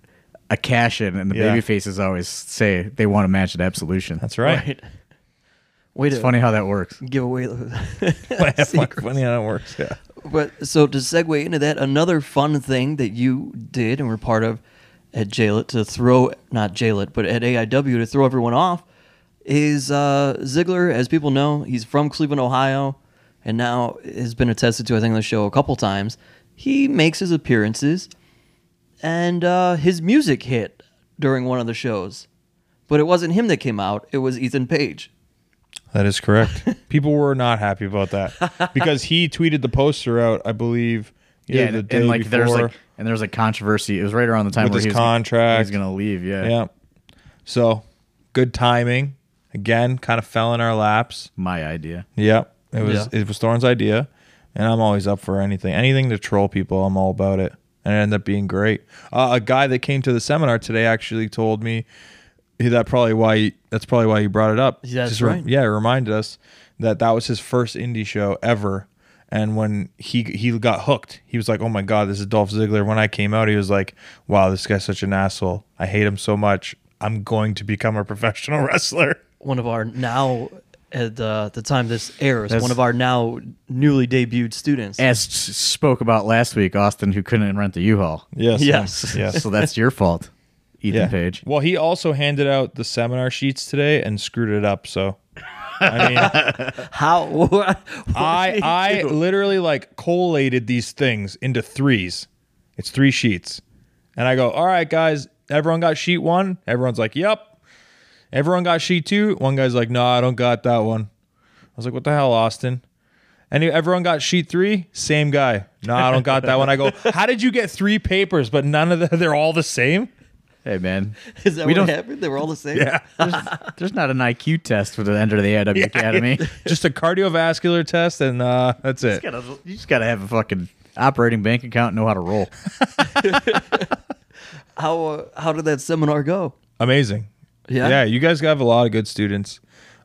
[SPEAKER 3] a cash in, and the
[SPEAKER 2] Yeah.
[SPEAKER 3] baby faces always say they want a match at Absolution.
[SPEAKER 2] That's right.
[SPEAKER 1] Way to
[SPEAKER 3] It's funny how that works.
[SPEAKER 1] give away the secrets.
[SPEAKER 2] Funny how it works. Yeah.
[SPEAKER 1] But so to segue into that, another fun thing that you did and were part of at Jaylet to throw not Jaylet, but at AIW to throw everyone off is uh, Ziggler. As people know, he's from Cleveland, Ohio, and now has been attested to I think on the show a couple times. He makes his appearances, and uh, his music hit during one of the shows, but it wasn't him that came out; it was Ethan Page.
[SPEAKER 2] That is correct. People were not happy about that because he tweeted the poster out, I believe, yeah, the
[SPEAKER 3] and,
[SPEAKER 2] day
[SPEAKER 3] and like
[SPEAKER 2] before
[SPEAKER 3] there's like and there's like controversy. It was right around the time
[SPEAKER 2] with
[SPEAKER 3] where
[SPEAKER 2] his
[SPEAKER 3] he was
[SPEAKER 2] contract.
[SPEAKER 3] He's gonna leave. Yeah.
[SPEAKER 2] yeah. So good timing. Again, kind of fell in our laps.
[SPEAKER 3] My idea.
[SPEAKER 2] Yep. It was
[SPEAKER 1] Yeah.
[SPEAKER 2] it was Thorne's idea, and I'm always up for anything. Anything to troll people, I'm all about it. And it ended up being great. Uh, a guy that came to the seminar today actually told me that probably why that's probably why you brought it up.
[SPEAKER 1] That's
[SPEAKER 2] re-
[SPEAKER 1] right.
[SPEAKER 2] yeah, it reminded us that that was his first indie show ever. And when he he got hooked, he was like, "Oh my god, this is Dolph Ziggler." When I came out, he was like, "Wow, this guy's such an asshole. I hate him so much. I'm going to become a professional wrestler."
[SPEAKER 1] one of our now at uh, the time this airs,
[SPEAKER 3] That's-
[SPEAKER 1] one of our now newly debuted students.
[SPEAKER 3] As s- spoke about last week, Austin, who couldn't rent the U-Haul.
[SPEAKER 2] Yes,
[SPEAKER 1] Yes.
[SPEAKER 2] yes.
[SPEAKER 3] So that's your fault, Ethan Page.
[SPEAKER 2] Well, he also handed out the seminar sheets today and screwed it up. So, I mean,
[SPEAKER 1] How what
[SPEAKER 2] I I literally like collated these things into threes. It's three sheets, and I go, "All right, guys, everyone got sheet one." Everyone's like, "Yep." Everyone got sheet two. One guy's like, "No, I don't got that one." I was like, "What the hell, Austin?" And everyone got sheet three. Same guy. No, I don't got that one. I go, "How did you get three papers, but none of the, they're all the same?"
[SPEAKER 3] Hey man,
[SPEAKER 1] is that
[SPEAKER 3] we
[SPEAKER 1] what
[SPEAKER 3] don't-
[SPEAKER 1] happened? They were all the same.
[SPEAKER 2] Yeah.
[SPEAKER 3] there's, there's not an IQ test for the end of the AIW Academy.
[SPEAKER 2] just a cardiovascular test and uh, that's it.
[SPEAKER 3] You gotta- you just gotta have a fucking operating bank account and know how to roll.
[SPEAKER 1] How uh, how did that seminar go?
[SPEAKER 2] Amazing.
[SPEAKER 1] Yeah?
[SPEAKER 2] Yeah, you guys have a lot of good students.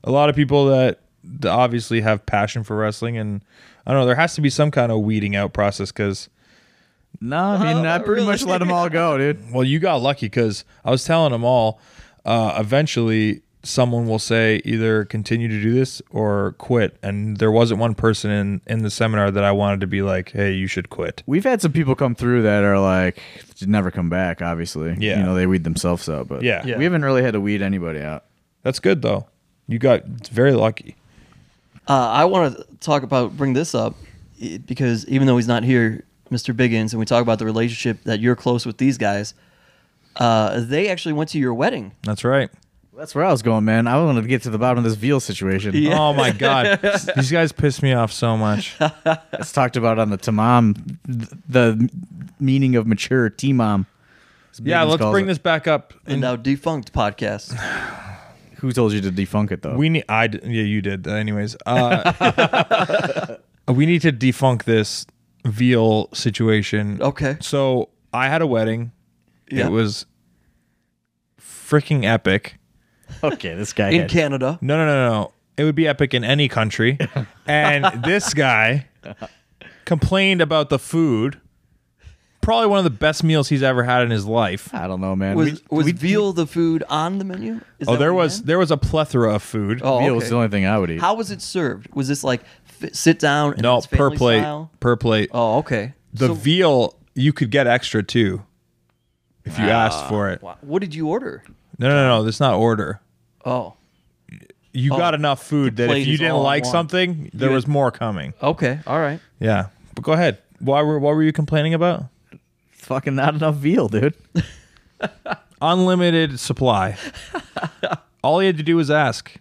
[SPEAKER 2] A lot of people that that obviously have passion for wrestling and I don't know, there has to be some kind of weeding out process cuz
[SPEAKER 3] No, I mean
[SPEAKER 1] Well,
[SPEAKER 3] I pretty
[SPEAKER 1] really?
[SPEAKER 3] much let them all go, dude.
[SPEAKER 2] well, you got lucky cuz I was telling them all uh, eventually someone will say either continue to do this or quit and there wasn't one person in in the seminar that I wanted to be like, "Hey, you should quit."
[SPEAKER 3] We've had some people come through that are like never come back. Obviously,
[SPEAKER 2] Yeah.
[SPEAKER 3] you know they weed themselves out, but
[SPEAKER 2] Yeah. Yeah.
[SPEAKER 3] we haven't really had to weed anybody out.
[SPEAKER 2] That's good though. You got very lucky.
[SPEAKER 1] Uh, I want to talk about bring this up i- because even though he's not here, Mr. Biggins, and we talk about the relationship that you're close with these guys, uh, they actually went to your wedding.
[SPEAKER 2] That's right.
[SPEAKER 3] That's where I was going, man. I wanted to get to the bottom of this veal situation.
[SPEAKER 1] Yeah.
[SPEAKER 2] Oh my god, these guys piss me off so much.
[SPEAKER 3] It's talked about on the tamam, th- the meaning of mature timam.
[SPEAKER 2] Yeah,
[SPEAKER 3] Biggins
[SPEAKER 2] let's
[SPEAKER 3] calls
[SPEAKER 2] bring
[SPEAKER 3] it.
[SPEAKER 2] this back up.
[SPEAKER 1] And now defunct podcast.
[SPEAKER 3] Who told you to defunk it though?
[SPEAKER 2] We need. I d- yeah, you did. Anyways, uh, we need to defunk this veal situation.
[SPEAKER 1] Okay.
[SPEAKER 2] So I had a wedding.
[SPEAKER 1] Yeah.
[SPEAKER 2] It was freaking epic.
[SPEAKER 3] okay, this guy.
[SPEAKER 1] In
[SPEAKER 3] had-
[SPEAKER 1] Canada.
[SPEAKER 2] No, no, no, no. It would be epic in any country. and this guy complained about the food. Probably one of the best meals he's ever had in his life.
[SPEAKER 3] I don't know, man.
[SPEAKER 1] Was
[SPEAKER 3] We-
[SPEAKER 1] was
[SPEAKER 3] we-
[SPEAKER 1] veal the food on the menu? Is
[SPEAKER 2] Oh,
[SPEAKER 1] that
[SPEAKER 2] there
[SPEAKER 1] what you
[SPEAKER 2] was
[SPEAKER 1] meant?
[SPEAKER 2] there was a plethora of food.
[SPEAKER 1] Oh,
[SPEAKER 3] veal was
[SPEAKER 1] okay.
[SPEAKER 3] the only thing I would eat.
[SPEAKER 1] How was it served? Was this like f- sit down? And
[SPEAKER 2] no,
[SPEAKER 1] it's
[SPEAKER 2] per
[SPEAKER 1] family
[SPEAKER 2] plate,
[SPEAKER 1] style?
[SPEAKER 2] per plate.
[SPEAKER 1] Oh, okay.
[SPEAKER 2] the
[SPEAKER 1] so,
[SPEAKER 2] veal you could get extra too if
[SPEAKER 1] Ah,
[SPEAKER 2] you asked for it.
[SPEAKER 1] wha- what did you order?
[SPEAKER 2] No, no, no, that's not order.
[SPEAKER 1] Oh,
[SPEAKER 2] you
[SPEAKER 1] Oh,
[SPEAKER 2] got enough food that
[SPEAKER 1] plate
[SPEAKER 2] if you
[SPEAKER 1] is all
[SPEAKER 2] didn't
[SPEAKER 1] I
[SPEAKER 2] like
[SPEAKER 1] want.
[SPEAKER 2] something, there
[SPEAKER 1] You-
[SPEAKER 2] was more coming.
[SPEAKER 1] Okay, all right.
[SPEAKER 2] Yeah, but go ahead. Why were what were you complaining about?
[SPEAKER 3] Fucking not enough veal, dude.
[SPEAKER 2] Unlimited supply. All he had to do was ask,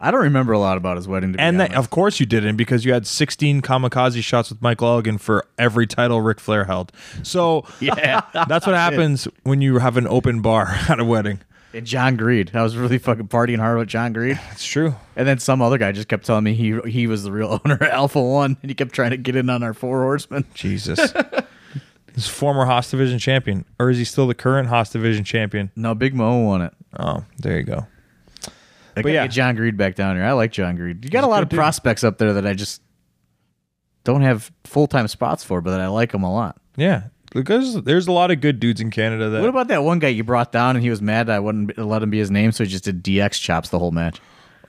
[SPEAKER 3] I don't remember a lot about his wedding. To be
[SPEAKER 2] and
[SPEAKER 3] honest.
[SPEAKER 2] that, of course you didn't because you had 16 kamikaze shots with Michael Elgin for every title Ric Flair held. So
[SPEAKER 3] yeah,
[SPEAKER 2] that's what happens when you have an open bar at a wedding.
[SPEAKER 3] and John Greed. I was really fucking partying hard with John Greed,
[SPEAKER 2] That's true.
[SPEAKER 3] and then some other guy just kept telling me he he was the real owner of Alpha One, and he kept trying to get in on our four horsemen.
[SPEAKER 2] Jesus. He's a former Haas division champion, or is he still the current Haas division champion?
[SPEAKER 3] No, Big Mo won it.
[SPEAKER 2] Oh, there you go.
[SPEAKER 3] I
[SPEAKER 2] But
[SPEAKER 3] gotta
[SPEAKER 2] yeah.
[SPEAKER 3] get John Greed back down here. I like John Greed. You got a lot of prospects up there that I just don't have full time spots for, but that I like them a lot.
[SPEAKER 2] Yeah, because there's a lot of good dudes in Canada that
[SPEAKER 3] What about that one guy you brought down and he was mad that I wouldn't b- let him be his name, so he just did DX chops the whole match?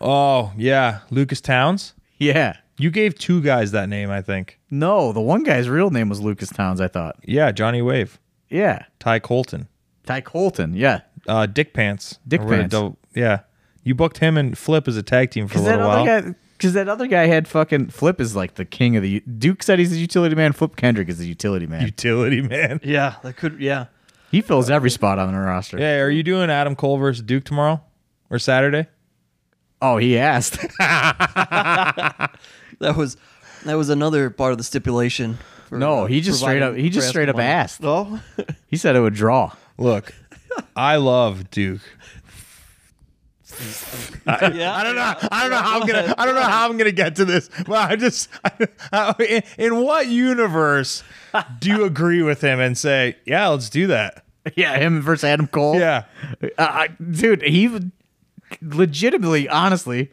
[SPEAKER 2] Oh, yeah. Lucas Towns.
[SPEAKER 3] Yeah.
[SPEAKER 2] You gave two guys that name, I think.
[SPEAKER 3] No, the one guy's real name was Lucas Towns, I thought.
[SPEAKER 2] Yeah, Johnny Wave,
[SPEAKER 3] Yeah.
[SPEAKER 2] Ty Colton,
[SPEAKER 3] Ty Colton, yeah.
[SPEAKER 2] uh, Dick Pants.
[SPEAKER 3] Dick
[SPEAKER 2] Or we're gonna
[SPEAKER 3] Pants.
[SPEAKER 2] yeah. You booked him and Flip as a tag team for a
[SPEAKER 3] Because that
[SPEAKER 2] little
[SPEAKER 3] other
[SPEAKER 2] while.
[SPEAKER 3] guy because that other guy had fucking Flip is like the king of the Duke said he's the utility man, Flip Kendrick is the utility man.
[SPEAKER 2] Utility man.
[SPEAKER 1] Yeah, that could. Yeah,
[SPEAKER 3] he fills every spot on the roster.
[SPEAKER 2] Yeah, are you doing Adam Cole versus Duke tomorrow or Saturday?
[SPEAKER 3] Oh, he asked.
[SPEAKER 1] that was that was another part of the stipulation. for,
[SPEAKER 3] No,
[SPEAKER 1] uh,
[SPEAKER 3] he just straight
[SPEAKER 1] providing
[SPEAKER 3] up- he just
[SPEAKER 1] for
[SPEAKER 3] straight up
[SPEAKER 1] ask the money. No,
[SPEAKER 3] he said it would draw.
[SPEAKER 2] Look, I love Duke.
[SPEAKER 1] yeah,
[SPEAKER 2] I don't know. I don't know how I'm gonna. I don't know how I'm gonna get to this. Well, I just. I, I- in, in what universe do you agree with him and say, "Yeah, let's do that"?
[SPEAKER 3] Yeah, him versus Adam Cole.
[SPEAKER 2] Yeah.
[SPEAKER 3] Uh, I- dude, he w- legitimately, honestly,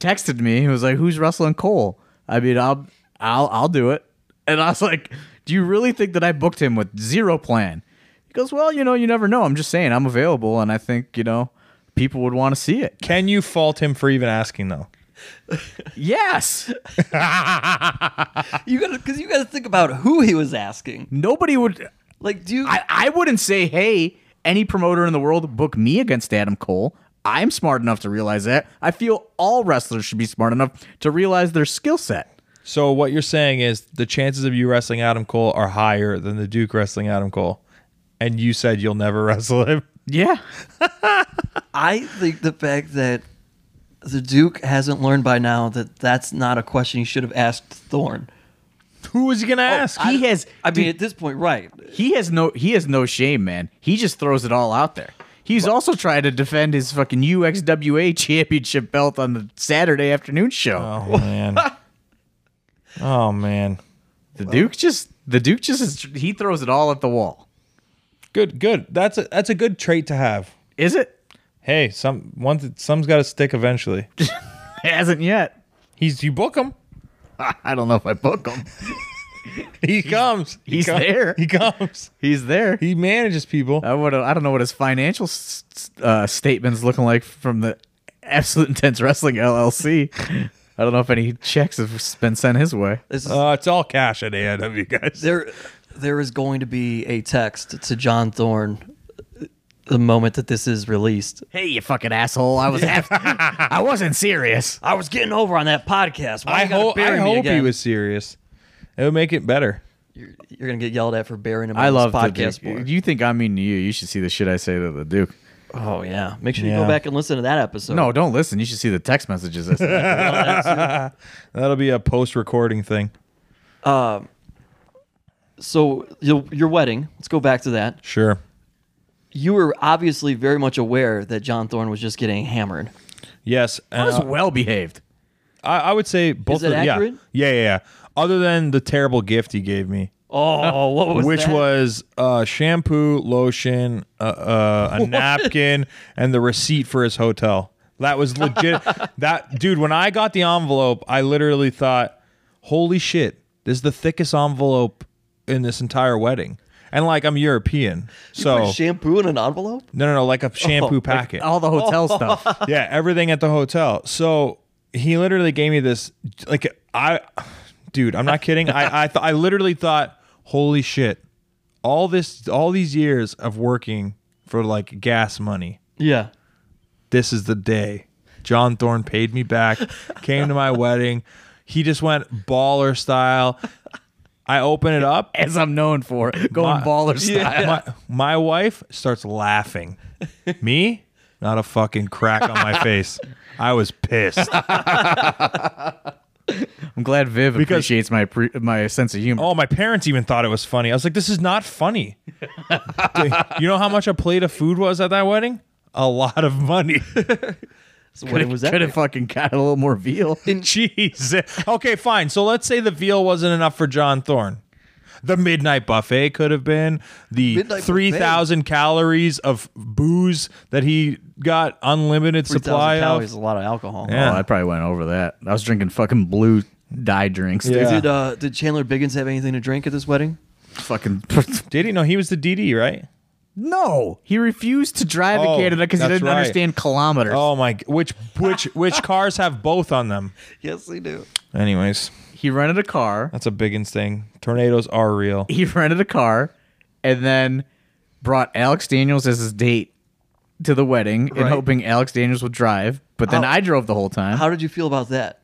[SPEAKER 3] texted me. He was like, "Who's wrestling Cole?" I mean, I'll, I'll, I'll do it. And I was like, "Do you really think that I booked him with zero plan?" He goes, "Well, you know, you never know. I'm just saying, I'm available, and I think you know, people would want to see it."
[SPEAKER 2] Can you fault him for even asking though?
[SPEAKER 3] Yes,
[SPEAKER 1] You gotta because you gotta think about who he was asking.
[SPEAKER 3] nobody would.
[SPEAKER 1] Like, do you?
[SPEAKER 3] I, I wouldn't say, hey, any promoter in the world book me against Adam Cole. I'm smart enough to realize that. I feel all wrestlers should be smart enough to realize their skill set.
[SPEAKER 2] So what you're saying is the chances of you wrestling Adam Cole are higher than the Duke wrestling Adam Cole, and you said you'll never wrestle him.
[SPEAKER 3] Yeah.
[SPEAKER 1] I think the fact that the Duke hasn't learned by now that that's not a question he should have asked Thorne.
[SPEAKER 2] Who was he gonna ask?
[SPEAKER 3] He has
[SPEAKER 1] I mean, at this point, right?
[SPEAKER 3] he has no he has no shame, man. He just throws it all out there. He's also trying to defend his fucking UXWA championship belt on the Saturday afternoon show.
[SPEAKER 2] oh man. oh man.
[SPEAKER 3] the Duke just the Duke just is, he throws it all at the wall.
[SPEAKER 2] Good. Good. That's a that's a good trait to have.
[SPEAKER 3] Is it?
[SPEAKER 2] Hey, some one th- some's got to stick eventually.
[SPEAKER 3] Hasn't yet.
[SPEAKER 2] He's you book him.
[SPEAKER 3] I don't know if I book him.
[SPEAKER 2] He comes.
[SPEAKER 3] he's
[SPEAKER 2] he come-
[SPEAKER 3] there.
[SPEAKER 2] He comes. Uh,
[SPEAKER 3] He's there.
[SPEAKER 2] He manages people.
[SPEAKER 3] I would. I don't know what his financial s- s- uh, statements looking like from the Absolute Intense Wrestling LLC. I don't know if any checks have been sent his way.
[SPEAKER 1] This is,
[SPEAKER 2] Uh, it's all cash at AIW, guys.
[SPEAKER 1] there, there is going to be a text to John Thorne the moment that this is released.
[SPEAKER 3] Hey, you fucking asshole! I was. half- I wasn't serious.
[SPEAKER 1] I was getting over on that podcast. Why
[SPEAKER 2] I,
[SPEAKER 1] you gotta
[SPEAKER 2] ho-
[SPEAKER 1] bury me
[SPEAKER 2] I hope he
[SPEAKER 1] again?
[SPEAKER 2] was serious. It would make it better.
[SPEAKER 1] You're, you're gonna get yelled at for burying him.
[SPEAKER 3] I
[SPEAKER 1] on
[SPEAKER 3] love
[SPEAKER 1] this
[SPEAKER 3] the
[SPEAKER 1] podcast.
[SPEAKER 3] Duke.
[SPEAKER 1] more.
[SPEAKER 3] You think I'm mean to you? You should see the shit I say to the Duke.
[SPEAKER 1] Oh yeah, make sure you go
[SPEAKER 2] Yeah.
[SPEAKER 1] back and listen to that episode.
[SPEAKER 3] No, don't listen. You should see the text messages. I sent.
[SPEAKER 2] That'll be a post-recording thing.
[SPEAKER 1] So your, your wedding. Let's go back to that.
[SPEAKER 2] Sure.
[SPEAKER 1] You were obviously very much aware that John Thorne was just getting hammered.
[SPEAKER 2] Yes.
[SPEAKER 3] I was
[SPEAKER 2] uh,
[SPEAKER 3] well behaved.
[SPEAKER 2] I, I would say both.
[SPEAKER 1] it
[SPEAKER 2] of, yeah.
[SPEAKER 1] accurate?
[SPEAKER 2] Yeah, yeah, yeah. Other than the terrible gift he gave me,
[SPEAKER 1] Oh, what was
[SPEAKER 2] which
[SPEAKER 1] that?
[SPEAKER 2] was uh, shampoo, lotion, uh, uh, a napkin, and the receipt for his hotel. That was legit. that dude, when I got the envelope, I literally thought, "Holy shit! This is the thickest envelope in this entire wedding." And like I'm European, so
[SPEAKER 1] Put shampoo in an envelope?
[SPEAKER 2] no, no, no, like a
[SPEAKER 1] Oh,
[SPEAKER 2] shampoo packet
[SPEAKER 3] All the
[SPEAKER 2] Oh.
[SPEAKER 3] hotel stuff.
[SPEAKER 2] yeah, everything at the hotel. So he literally gave me this like I dude, I'm not kidding. I I, th- I literally thought, "Holy shit. All this all these years of working for like gas money.
[SPEAKER 1] Yeah.
[SPEAKER 2] This is the day John Thorne paid me back, came to my wedding. He just went baller style. I open it up.
[SPEAKER 3] as I'm known for, going
[SPEAKER 2] My-
[SPEAKER 3] baller style.
[SPEAKER 2] My, my wife starts laughing. Me, not a fucking crack on my face. I was pissed.
[SPEAKER 3] I'm glad Viv
[SPEAKER 2] Because-
[SPEAKER 3] appreciates my pre- my sense of humor.
[SPEAKER 2] Oh, my parents even thought it was funny. I was like, this is not funny. you know how much a plate of food was at that wedding? A lot of money.
[SPEAKER 1] So when was that?
[SPEAKER 3] Could have fucking got a little more veal.
[SPEAKER 2] Jeez. Okay, fine. So let's say the veal wasn't enough for John Thorne. The midnight buffet could have been the
[SPEAKER 1] Midnight buffet?
[SPEAKER 2] three thousand calories of booze that he got unlimited
[SPEAKER 1] 3,000
[SPEAKER 2] supply
[SPEAKER 1] calories
[SPEAKER 2] of.
[SPEAKER 1] is a lot of alcohol.
[SPEAKER 2] Yeah.
[SPEAKER 3] Oh, I probably went over that. I was drinking fucking blue dye drinks. dude.
[SPEAKER 2] Yeah.
[SPEAKER 1] Did uh, did Chandler Biggins have anything to drink at this wedding?
[SPEAKER 3] Fucking
[SPEAKER 2] Did he? No, he was the DD, right?
[SPEAKER 3] no. He refused to drive
[SPEAKER 2] Oh,
[SPEAKER 3] to Canada because he
[SPEAKER 2] that's
[SPEAKER 3] didn't
[SPEAKER 2] right.
[SPEAKER 3] understand kilometers.
[SPEAKER 2] Oh my! g- Which which which cars have both on them?
[SPEAKER 1] Yes, they do.
[SPEAKER 2] Anyways,
[SPEAKER 3] He rented a car.
[SPEAKER 2] that's a Biggins thing. Tornadoes are real.
[SPEAKER 3] He rented a car, and then brought Alex Daniels as his date to the wedding, and
[SPEAKER 1] Right.
[SPEAKER 3] hoping Alex Daniels would drive. But then
[SPEAKER 1] How-
[SPEAKER 3] I drove the whole time.
[SPEAKER 1] How did you feel about that?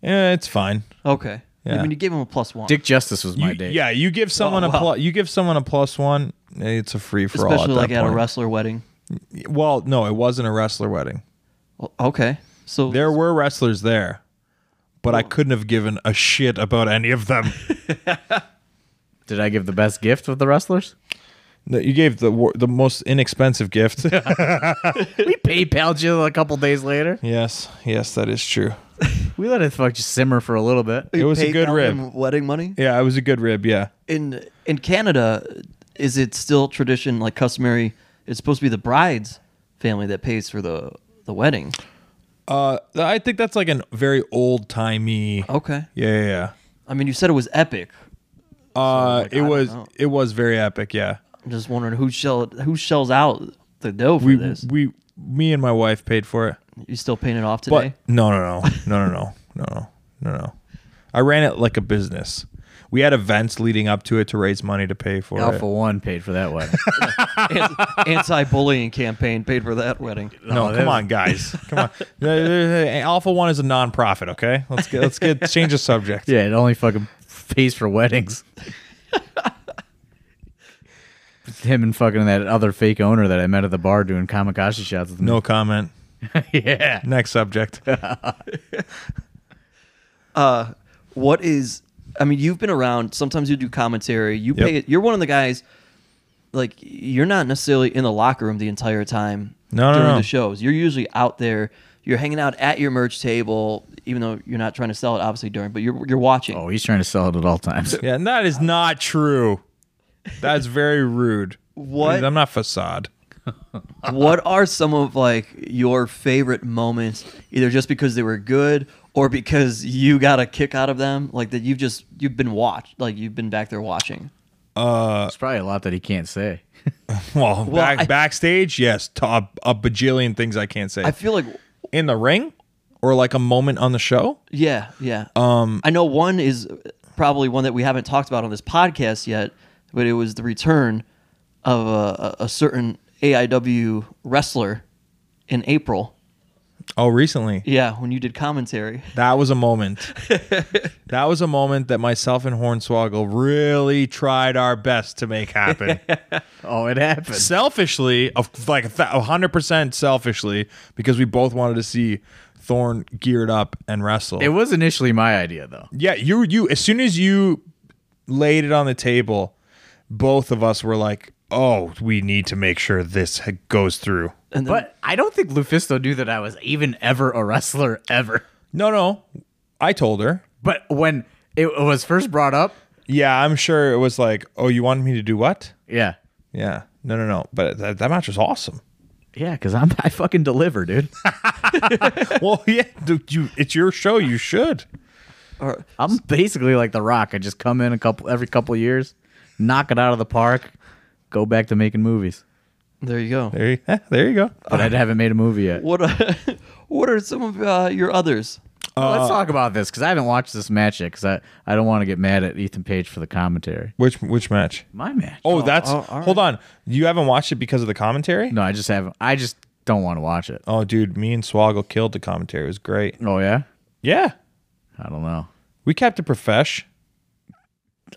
[SPEAKER 2] Yeah, it's fine.
[SPEAKER 1] Okay.
[SPEAKER 2] Yeah.
[SPEAKER 1] I mean, you gave him a plus one.
[SPEAKER 3] Dick Justice was my
[SPEAKER 2] You-
[SPEAKER 3] date.
[SPEAKER 2] Yeah, you give someone
[SPEAKER 1] Oh,
[SPEAKER 2] a
[SPEAKER 1] wow.
[SPEAKER 2] plus. You give someone a plus one. It's a free for all.
[SPEAKER 1] Especially like at a
[SPEAKER 2] point.
[SPEAKER 1] wrestler wedding.
[SPEAKER 2] Well, no, it wasn't a wrestler wedding.
[SPEAKER 1] Well, okay. So
[SPEAKER 2] There were wrestlers there, but I couldn't have given a shit about any of them.
[SPEAKER 3] Did I give the best gift of the wrestlers?
[SPEAKER 2] No, you gave the wor- the most inexpensive gift.
[SPEAKER 3] we PayPal'd you a couple days later.
[SPEAKER 2] yes, yes, that is true.
[SPEAKER 3] We let it fuck just simmer for a little bit.
[SPEAKER 2] It was a
[SPEAKER 1] paid
[SPEAKER 2] good
[SPEAKER 1] out
[SPEAKER 2] rib.
[SPEAKER 1] in Wedding money
[SPEAKER 2] Yeah, it was a good rib. Yeah.
[SPEAKER 1] in in Canada, is it still tradition like customary? It's supposed to be the bride's family that pays for the the wedding.
[SPEAKER 2] Uh, I think that's like a very old timey.
[SPEAKER 1] Okay.
[SPEAKER 2] Yeah, yeah.
[SPEAKER 1] I mean, you said it was epic.
[SPEAKER 2] yeah. Uh,
[SPEAKER 1] like, I
[SPEAKER 2] it
[SPEAKER 1] don't
[SPEAKER 2] was
[SPEAKER 1] know.
[SPEAKER 2] it was very epic. Yeah.
[SPEAKER 1] I'm just wondering who shell who shells out the dough for
[SPEAKER 2] We
[SPEAKER 1] this.
[SPEAKER 2] we me and my wife paid for it.
[SPEAKER 1] You still paying it off
[SPEAKER 2] But
[SPEAKER 1] today?
[SPEAKER 2] no, no, no, no, no, no, no, no, no, no. I ran it like a business. We had events leading up to it to raise money to pay for
[SPEAKER 3] Alpha
[SPEAKER 2] it.
[SPEAKER 3] One paid for that wedding.
[SPEAKER 1] Anti bullying campaign paid for that wedding.
[SPEAKER 2] No,
[SPEAKER 3] Oh,
[SPEAKER 2] come
[SPEAKER 3] that-
[SPEAKER 2] on, guys, come on. Hey, hey, hey, Alpha One is a nonprofit. Okay, let's get let's get change the subject.
[SPEAKER 3] yeah, it only fucking pays for weddings. Him and fucking that other fake owner that I met at the bar doing kamikaze shots with me.
[SPEAKER 2] No comment.
[SPEAKER 3] yeah.
[SPEAKER 2] Next subject.
[SPEAKER 1] Uh, What is? I mean, you've been around. Sometimes you do commentary. You
[SPEAKER 2] Yep.
[SPEAKER 1] pay it. You're one of the guys. Like you're not necessarily in the locker room the entire time
[SPEAKER 2] No, no,
[SPEAKER 1] during
[SPEAKER 2] no.
[SPEAKER 1] the shows. You're usually out there. You're hanging out at your merch table, even though you're not trying to sell it, obviously during. But you're you're watching.
[SPEAKER 3] Oh, he's trying to sell it at all times.
[SPEAKER 1] Uh,
[SPEAKER 2] Yeah, and that is not true. That's very rude.
[SPEAKER 1] What?
[SPEAKER 2] I'm not facade. Oh.
[SPEAKER 1] what are some of like your favorite moments either just because they were good or because you got a kick out of them like that you've just you've been watched like you've been back there watching
[SPEAKER 3] It's probably a lot that he can't say.
[SPEAKER 2] Well, back,
[SPEAKER 1] I-
[SPEAKER 2] backstage, yes, to a, a bajillion things I can't say.
[SPEAKER 1] i feel like
[SPEAKER 2] In the ring, or like a moment on the show.
[SPEAKER 1] yeah yeah um i know one is probably one that we haven't talked about on this podcast yet but it was the return of a, a- a certain aiw wrestler in april
[SPEAKER 2] Oh, recently.
[SPEAKER 1] yeah when you did commentary
[SPEAKER 2] That was a moment. that was a moment that myself and Hornswoggle really tried our best to make happen.
[SPEAKER 3] Oh, it happened.
[SPEAKER 2] selfishly, of like a th- a hundred percent selfishly, because we both wanted to see Thorn geared up and wrestle.
[SPEAKER 3] It was initially my idea, though.
[SPEAKER 2] yeah, you you as soon as you laid it on the table, both of us were like, "Oh, we need to make sure this ha- goes through."
[SPEAKER 1] and then
[SPEAKER 3] But I don't think Lufisto knew that I was even ever a wrestler ever.
[SPEAKER 2] No, no, I told her.
[SPEAKER 3] But when it was first brought up,
[SPEAKER 2] Yeah, I'm sure it was like, "Oh, you wanted me to do what?"
[SPEAKER 3] yeah,
[SPEAKER 2] Yeah, no, no, no. But that, that match was awesome.
[SPEAKER 3] yeah, because I'm I fucking deliver, dude.
[SPEAKER 2] well, yeah, dude, you, it's your show. You should.
[SPEAKER 1] or-
[SPEAKER 3] I'm basically like The Rock. I just come in a couple every couple years, knock it out of the park, go back to making movies.
[SPEAKER 1] there you go
[SPEAKER 2] There, you, eh, there you go.
[SPEAKER 3] But
[SPEAKER 1] Uh.
[SPEAKER 3] I haven't made a movie yet.
[SPEAKER 1] What are, what are some of uh, your others?
[SPEAKER 3] Well,
[SPEAKER 1] uh,
[SPEAKER 3] Let's talk about this because I haven't watched this match yet because I, I don't want to get mad at Ethan Page for the commentary.
[SPEAKER 2] Which which match?
[SPEAKER 3] My match.
[SPEAKER 2] Oh, that's
[SPEAKER 1] oh, all
[SPEAKER 2] hold on. You haven't watched it because of the commentary?
[SPEAKER 3] No, I just haven't. I just don't want to watch it.
[SPEAKER 2] Oh, dude, me and Swoggle killed the commentary. It was great.
[SPEAKER 3] Oh yeah,
[SPEAKER 2] Yeah,
[SPEAKER 3] I don't know.
[SPEAKER 2] we kept it profesh.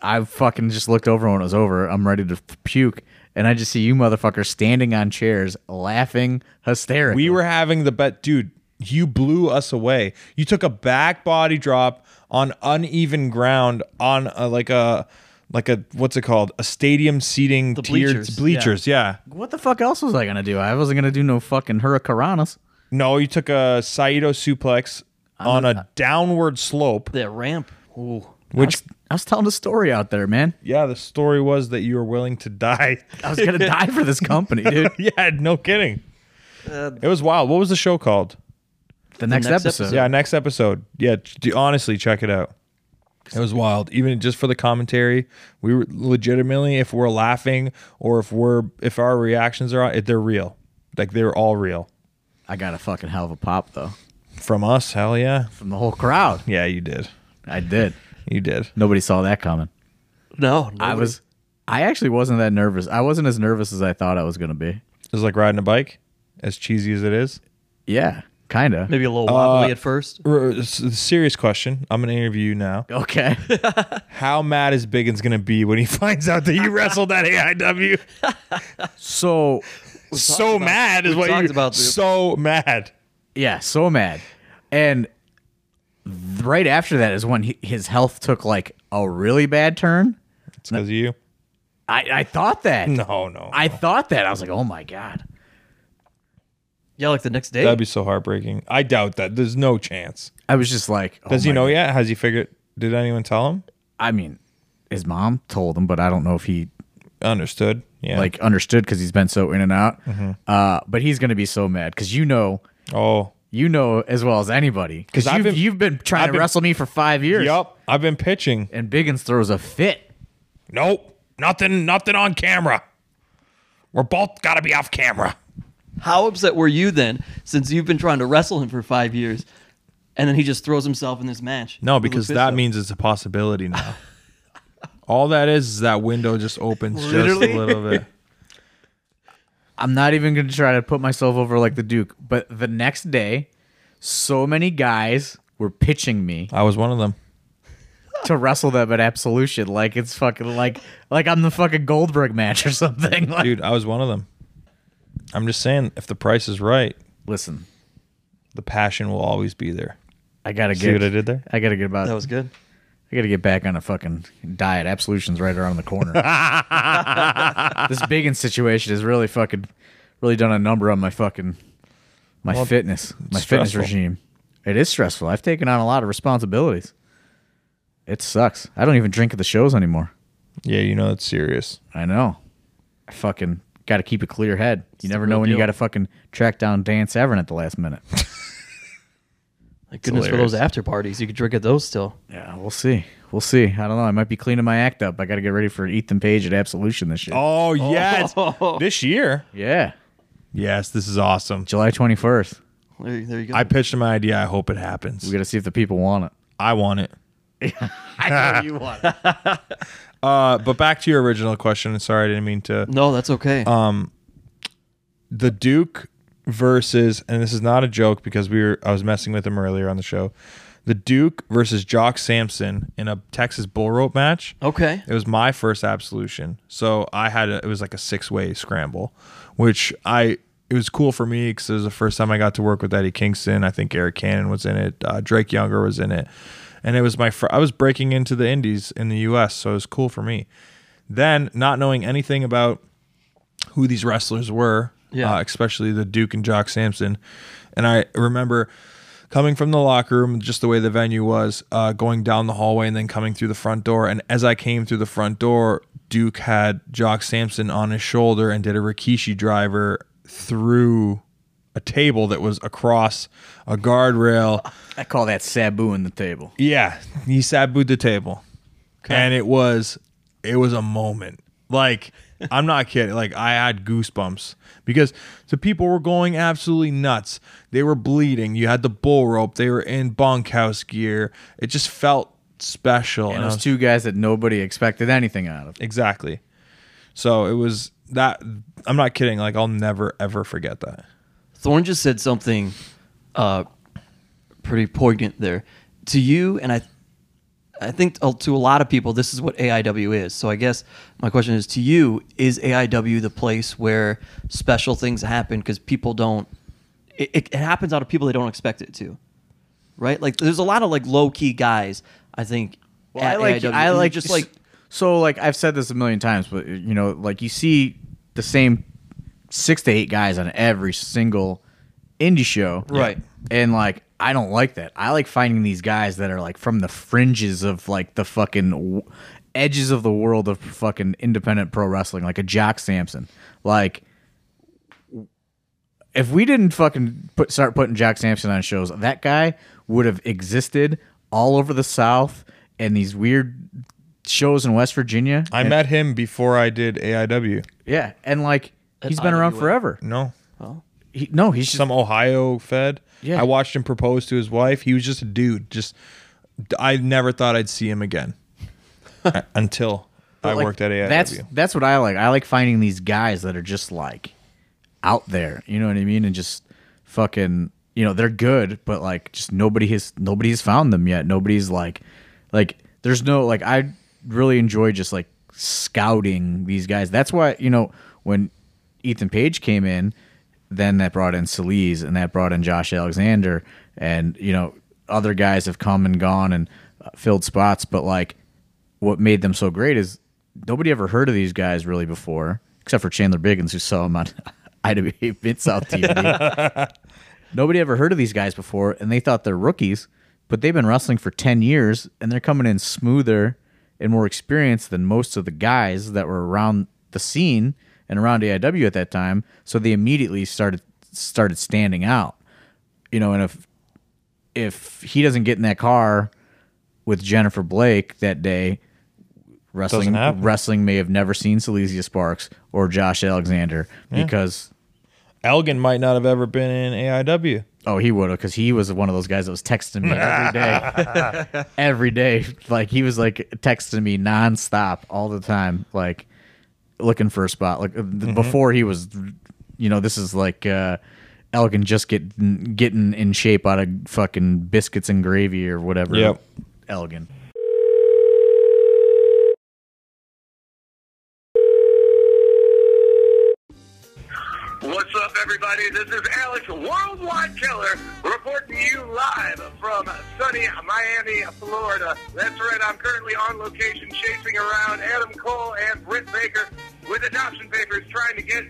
[SPEAKER 3] I fucking just looked over when it was over. I'm ready to puke, and I just see you motherfuckers standing on chairs, laughing hysterically.
[SPEAKER 2] We were having the bet, dude. You blew us away. You took a back body drop on uneven ground on a, like a like a what's it called? A stadium seating tiered
[SPEAKER 1] bleachers,
[SPEAKER 2] bleachers.
[SPEAKER 1] yeah.
[SPEAKER 2] yeah.
[SPEAKER 3] What the fuck else was I gonna do? I wasn't gonna do no fucking hurricanranas.
[SPEAKER 2] No, you took a Saito suplex on a downward slope.
[SPEAKER 1] That ramp. Ooh.
[SPEAKER 2] Which
[SPEAKER 3] I was telling a story out there, man.
[SPEAKER 2] yeah, the story was that you were willing to die.
[SPEAKER 3] I was gonna die for this company, dude.
[SPEAKER 2] yeah, no kidding. it was wild. What was the show called?
[SPEAKER 3] The next,
[SPEAKER 1] next
[SPEAKER 3] episode.
[SPEAKER 1] episode.
[SPEAKER 2] Yeah, next episode. Yeah, d- honestly, check it out. It was wild. Even just for the commentary, we were legitimately, if we're laughing or if we're if our reactions are, they're real. Like they're all real
[SPEAKER 3] I got a fucking hell of a pop though
[SPEAKER 2] from us. Hell yeah,
[SPEAKER 3] from the whole crowd.
[SPEAKER 2] yeah, you did,
[SPEAKER 3] I did.
[SPEAKER 2] you did.
[SPEAKER 3] Nobody saw that coming.
[SPEAKER 1] No,
[SPEAKER 3] I
[SPEAKER 1] nobody-
[SPEAKER 3] was. I actually wasn't that nervous. I wasn't as nervous as I thought I was gonna be.
[SPEAKER 2] It was like riding a bike, as cheesy as it is.
[SPEAKER 3] Yeah, kind of.
[SPEAKER 1] maybe a little wobbly at first.
[SPEAKER 2] R- s- Serious question. I'm gonna interview you now.
[SPEAKER 3] Okay.
[SPEAKER 2] How mad is Biggins gonna be when he finds out that you wrestled at AIW?
[SPEAKER 3] so
[SPEAKER 2] so
[SPEAKER 1] about-
[SPEAKER 2] mad is
[SPEAKER 1] we
[SPEAKER 2] what
[SPEAKER 1] talked
[SPEAKER 2] you.
[SPEAKER 1] about this.
[SPEAKER 2] so mad.
[SPEAKER 3] yeah, so mad, and th- right after that is when he, his health took like a really bad turn.
[SPEAKER 2] It's because of you.
[SPEAKER 3] I, I thought that.
[SPEAKER 2] No, no.
[SPEAKER 3] I thought that. I was like, oh my god.
[SPEAKER 1] Yeah, like the next day.
[SPEAKER 2] That'd be so heartbreaking. I doubt that. There's no chance.
[SPEAKER 3] I was just like, oh
[SPEAKER 2] Does he
[SPEAKER 3] my
[SPEAKER 2] know yet? Has he figured? Did anyone tell him?
[SPEAKER 3] I mean, his mom told him, but I don't know if he
[SPEAKER 2] Understood. Yeah. Mm-hmm.
[SPEAKER 3] like understood because he's been so in and out. Uh, but he's gonna be so mad because you know,
[SPEAKER 2] oh,
[SPEAKER 3] you know as well as anybody because
[SPEAKER 2] 'Cause I've
[SPEAKER 3] you've,
[SPEAKER 2] been-
[SPEAKER 3] you've been trying
[SPEAKER 2] I've
[SPEAKER 3] to
[SPEAKER 2] been-
[SPEAKER 3] wrestle me for five years.
[SPEAKER 2] yup. I've been pitching.
[SPEAKER 3] And Biggins throws a fit.
[SPEAKER 2] Nope. Nothing. Nothing on camera. We're both got to be off camera.
[SPEAKER 1] How upset were you then, since you've been trying to wrestle him for five years, and then he just throws himself in this match?
[SPEAKER 2] No,
[SPEAKER 1] with
[SPEAKER 2] because
[SPEAKER 1] Lufisto?
[SPEAKER 2] that means it's a possibility now. All that is is that window just opens
[SPEAKER 1] Literally.
[SPEAKER 2] just a little bit.
[SPEAKER 3] I'm not even going to try to put myself over like the Duke. But the next day, so many guys were pitching me
[SPEAKER 2] I was one of them.
[SPEAKER 3] to wrestle them at Absolution, like it's fucking like like I'm the fucking Goldberg match or something. Like,
[SPEAKER 2] Dude, I was one of them. I'm just saying, if the price is right,
[SPEAKER 3] listen,
[SPEAKER 2] the passion will always be there.
[SPEAKER 3] I gotta
[SPEAKER 2] See
[SPEAKER 3] get.
[SPEAKER 2] what I did there?
[SPEAKER 3] I gotta get about.
[SPEAKER 1] that was good.
[SPEAKER 3] I gotta get back on a fucking diet. Absolution's right around the corner. this Biggin situation has really fucking, really done a number on my fucking, my fitness, my fitness
[SPEAKER 2] stressful.
[SPEAKER 3] regime. It is stressful. I've taken on a lot of responsibilities. It sucks. I don't even drink at the shows anymore.
[SPEAKER 2] Yeah, you know it's serious.
[SPEAKER 3] I know. I fucking got to keep a clear head. You never know
[SPEAKER 1] real
[SPEAKER 3] when you
[SPEAKER 1] deal.
[SPEAKER 3] got to fucking track down Dan Severn at the last minute.
[SPEAKER 1] Thank goodness for
[SPEAKER 2] hilarious.
[SPEAKER 1] those after parties. You could drink at those still.
[SPEAKER 3] yeah, we'll see. We'll see. I don't know. I might be cleaning my act up. I got to get ready for Ethan Page at Absolution this year.
[SPEAKER 2] Oh yes,
[SPEAKER 1] Oh.
[SPEAKER 2] this year.
[SPEAKER 3] Yeah,
[SPEAKER 2] Yes, this is awesome.
[SPEAKER 3] July 21st.
[SPEAKER 1] There, you- there you go.
[SPEAKER 2] I pitched him an idea. I hope it happens.
[SPEAKER 3] We got to see if the people want it.
[SPEAKER 2] I want it.
[SPEAKER 3] I know you want it.
[SPEAKER 2] Uh, but back to your original question. Sorry, I didn't mean to.
[SPEAKER 1] no, that's okay.
[SPEAKER 2] The Duke versus, and this is not a joke because we were. I was messing with him earlier on the show. The Duke versus Jock Sampson in a Texas bull rope match.
[SPEAKER 1] okay.
[SPEAKER 2] It was my first absolution. So I had a, it was like a six way scramble, which I it was cool for me because it was the first time I got to work with Eddie Kingston. I think Eric Cannon was in it. Uh, Drake Younger was in it, and it was my fir- I was breaking into the Indies in the U.S. So it was cool for me. Then not knowing anything about who these wrestlers were,
[SPEAKER 1] Yeah.
[SPEAKER 2] uh, especially the Duke and Jock Sampson. And I remember coming from the locker room, just the way the venue was, uh, going down the hallway and then coming through the front door. And as I came through the front door, Duke had Jock Sampson on his shoulder and did a Rikishi driver through a table that was across a guardrail.
[SPEAKER 3] I call that Sabu in the table.
[SPEAKER 2] Yeah, he sabued the table, and it was it was a moment. Like I'm not kidding. Like I had goosebumps because the people were going absolutely nuts. They were bleeding. You had the bull rope. They were in bunkhouse gear. It just felt special.
[SPEAKER 3] And
[SPEAKER 2] I
[SPEAKER 3] those
[SPEAKER 2] was-
[SPEAKER 3] two guys that nobody expected anything out of.
[SPEAKER 2] exactly. So it was that. I'm not kidding. Like I'll never ever forget that.
[SPEAKER 1] Thorn just said something uh, pretty poignant there to you, and I. I think uh, to a lot of people, this is what AIW is. So I guess my question is to you: Is AIW the place where special things happen because people don't? It, it, it happens out of people they don't expect it to, right? Like there's a lot of like low key guys. I think
[SPEAKER 3] Well,
[SPEAKER 1] at
[SPEAKER 3] I like
[SPEAKER 1] AIW,
[SPEAKER 3] I
[SPEAKER 1] and they're
[SPEAKER 3] like
[SPEAKER 1] just like
[SPEAKER 3] so like I've said this a million times, but you know, like you see the same six to eight guys on every single indie show,
[SPEAKER 1] Right.
[SPEAKER 3] And like I don't like that. I like finding these guys that are like from the fringes of like the fucking w- edges of the world of fucking independent pro wrestling, like a Jock Sampson, like. If we didn't fucking put start putting Jack Sampson on shows, that guy would have existed all over the South and these weird shows in West Virginia.
[SPEAKER 2] I met him before I did AIW.
[SPEAKER 3] Yeah, and like he's been around
[SPEAKER 1] IWA.
[SPEAKER 3] forever.
[SPEAKER 2] No.
[SPEAKER 3] He, no, he's just
[SPEAKER 2] Some Ohio Fed.
[SPEAKER 3] Yeah.
[SPEAKER 2] I watched him propose to his wife. He was just a dude. Just I never thought I'd see him again. Uh, until I
[SPEAKER 3] like,
[SPEAKER 2] worked at AIW.
[SPEAKER 3] That's that's what I like. I like finding these guys that are just like out there. You know what I mean? And just fucking, you know, they're good, but like just nobody has nobody's found them yet. Nobody's like like there's no like I really enjoy just like scouting these guys. That's why, you know, when Ethan Page came in, then that brought in Solis and that brought in Josh Alexander and you know other guys have come and gone and uh, filled spots but like what made them so great is nobody ever heard of these guys really before, except for Chandler Biggins, who saw him on IWA Mid South TV. nobody ever heard of these guys before, and they thought they're rookies, but they've been wrestling for 10 years, and they're coming in smoother and more experienced than most of the guys that were around the scene and around AIW at that time. So they immediately started started standing out. You know, and if if he doesn't get in that car with Jennifer Blake that day, wrestling
[SPEAKER 2] Doesn't happen.
[SPEAKER 3] wrestling may have never seen Silesia Sparks or Josh Alexander because
[SPEAKER 2] Elgin might not have ever been in AIW.
[SPEAKER 3] oh he would have because he was one of those guys that was texting me every day, every day like he was like texting me nonstop all the time like looking for a spot like uh, th-
[SPEAKER 2] Mm-hmm.
[SPEAKER 3] before he was you know this is like uh Elgin just getting getting in shape out of fucking biscuits and gravy or whatever
[SPEAKER 2] Yep.
[SPEAKER 3] Elgin.
[SPEAKER 4] What's up, everybody? This is Alex Worldwide Killer reporting to you live from sunny Miami, Florida. That's right, I'm currently on location chasing around Adam Cole and Britt Baker with adoption papers trying to get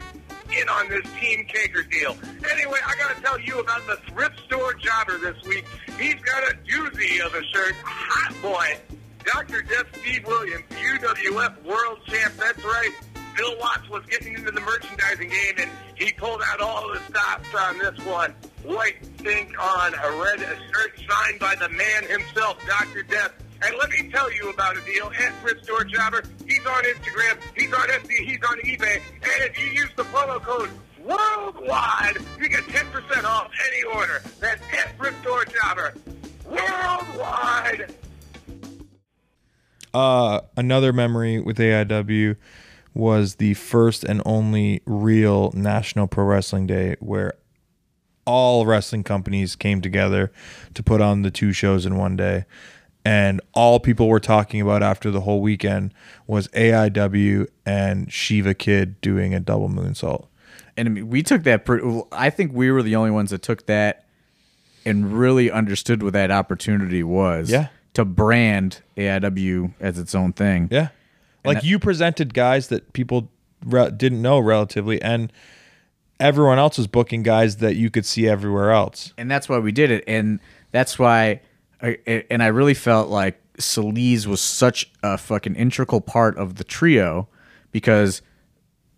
[SPEAKER 4] in on this Team Caker deal. Anyway, I got to tell you about the thrift store jobber this week. He's got a doozy of a shirt, Hot Boy. Dr. Jeff Steve Williams, UWF World Champ. That's right. Bill Watts was getting into the merchandising game, and he pulled out all the stops on this one. White stink on a red shirt signed by the man himself, Dr. Death. And let me tell you about a deal at Thrift Store Jobber. He's on Instagram, he's on Etsy, he's on eBay. And if you use the promo code WORLDWIDE, you get 10% off any order. That's at Thrift Store Jobber. Worldwide!
[SPEAKER 2] Uh, another memory with AIW was the first and only real National Pro Wrestling Day where all wrestling companies came together to put on the two shows in one day. And all people were talking about after the whole weekend was AIW and Shiva Kid doing a double moonsault.
[SPEAKER 3] and I mean, we took that. Pretty, I think we were the only ones that took that and really understood what that opportunity was.
[SPEAKER 2] Yeah.
[SPEAKER 3] To brand AIW as its own thing.
[SPEAKER 2] Yeah. Like you presented guys that people re- didn't know relatively, and everyone else was booking guys that you could see everywhere else.
[SPEAKER 3] and that's why we did it and that's why I, and i really felt like Solis was such a fucking integral part of the trio because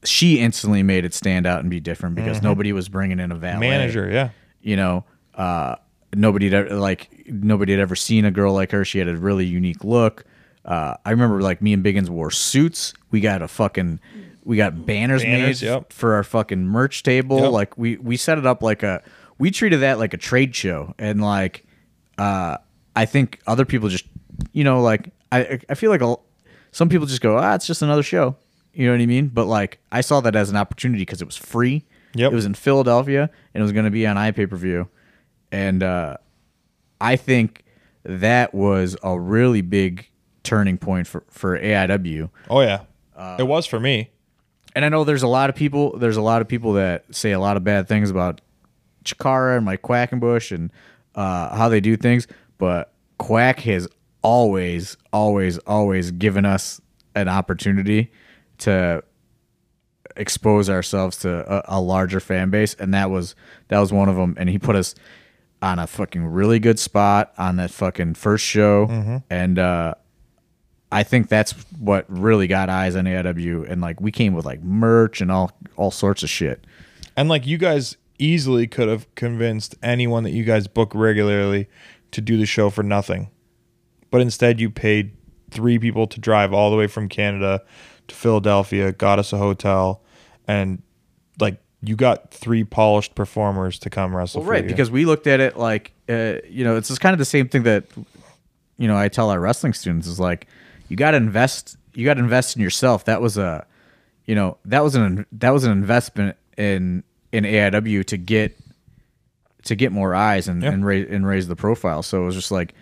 [SPEAKER 3] she instantly made it stand out and be different because nobody was bringing in a valet.
[SPEAKER 2] Manager, yeah.
[SPEAKER 3] you know uh nobody had ever, like nobody had ever seen a girl like her she had a really unique look uh i remember like me and biggins wore suits we got a fucking we got banners,
[SPEAKER 2] Banners,
[SPEAKER 3] made
[SPEAKER 2] yep.
[SPEAKER 3] for our fucking merch table
[SPEAKER 2] Yep.
[SPEAKER 3] like we we set it up like a we treated that like a trade show and like uh i think other people just you know like i i feel like a, some people just go ah it's just another show you know what i mean but like i saw that as an opportunity because it was free
[SPEAKER 2] Yep.
[SPEAKER 3] It was in Philadelphia and it was going to be on iPay per view. And uh, I think that was a really big turning point for, for AIW.
[SPEAKER 2] Oh yeah,
[SPEAKER 3] Uh,
[SPEAKER 2] it was for me.
[SPEAKER 3] And I know there's a lot of people there's a lot of people that say a lot of bad things about Chikara and Mike Quackenbush and uh, how they do things, but Quack has always, always, always given us an opportunity to expose ourselves to a, a larger fan base, and that was that was one of them. And he put us on a fucking really good spot on that fucking first show, and uh, I think that's what really got eyes on AIW. And like we came with like merch and all all sorts of shit.
[SPEAKER 2] And like you guys easily could have convinced anyone that you guys book regularly to do the show for nothing. But instead you paid three people to drive all the way from Canada to Philadelphia, got us a hotel, and like you got three polished performers to come wrestle
[SPEAKER 3] Well,
[SPEAKER 2] for
[SPEAKER 3] right,
[SPEAKER 2] you.
[SPEAKER 3] because we looked at it like, uh, you know, it's just kind of the same thing that, you know, I tell our wrestling students is like, you got to invest, you got to invest in yourself. That was a, you know, that was an that was an investment in in AIW to get to get more eyes and and raise and raise the profile. So it was just like,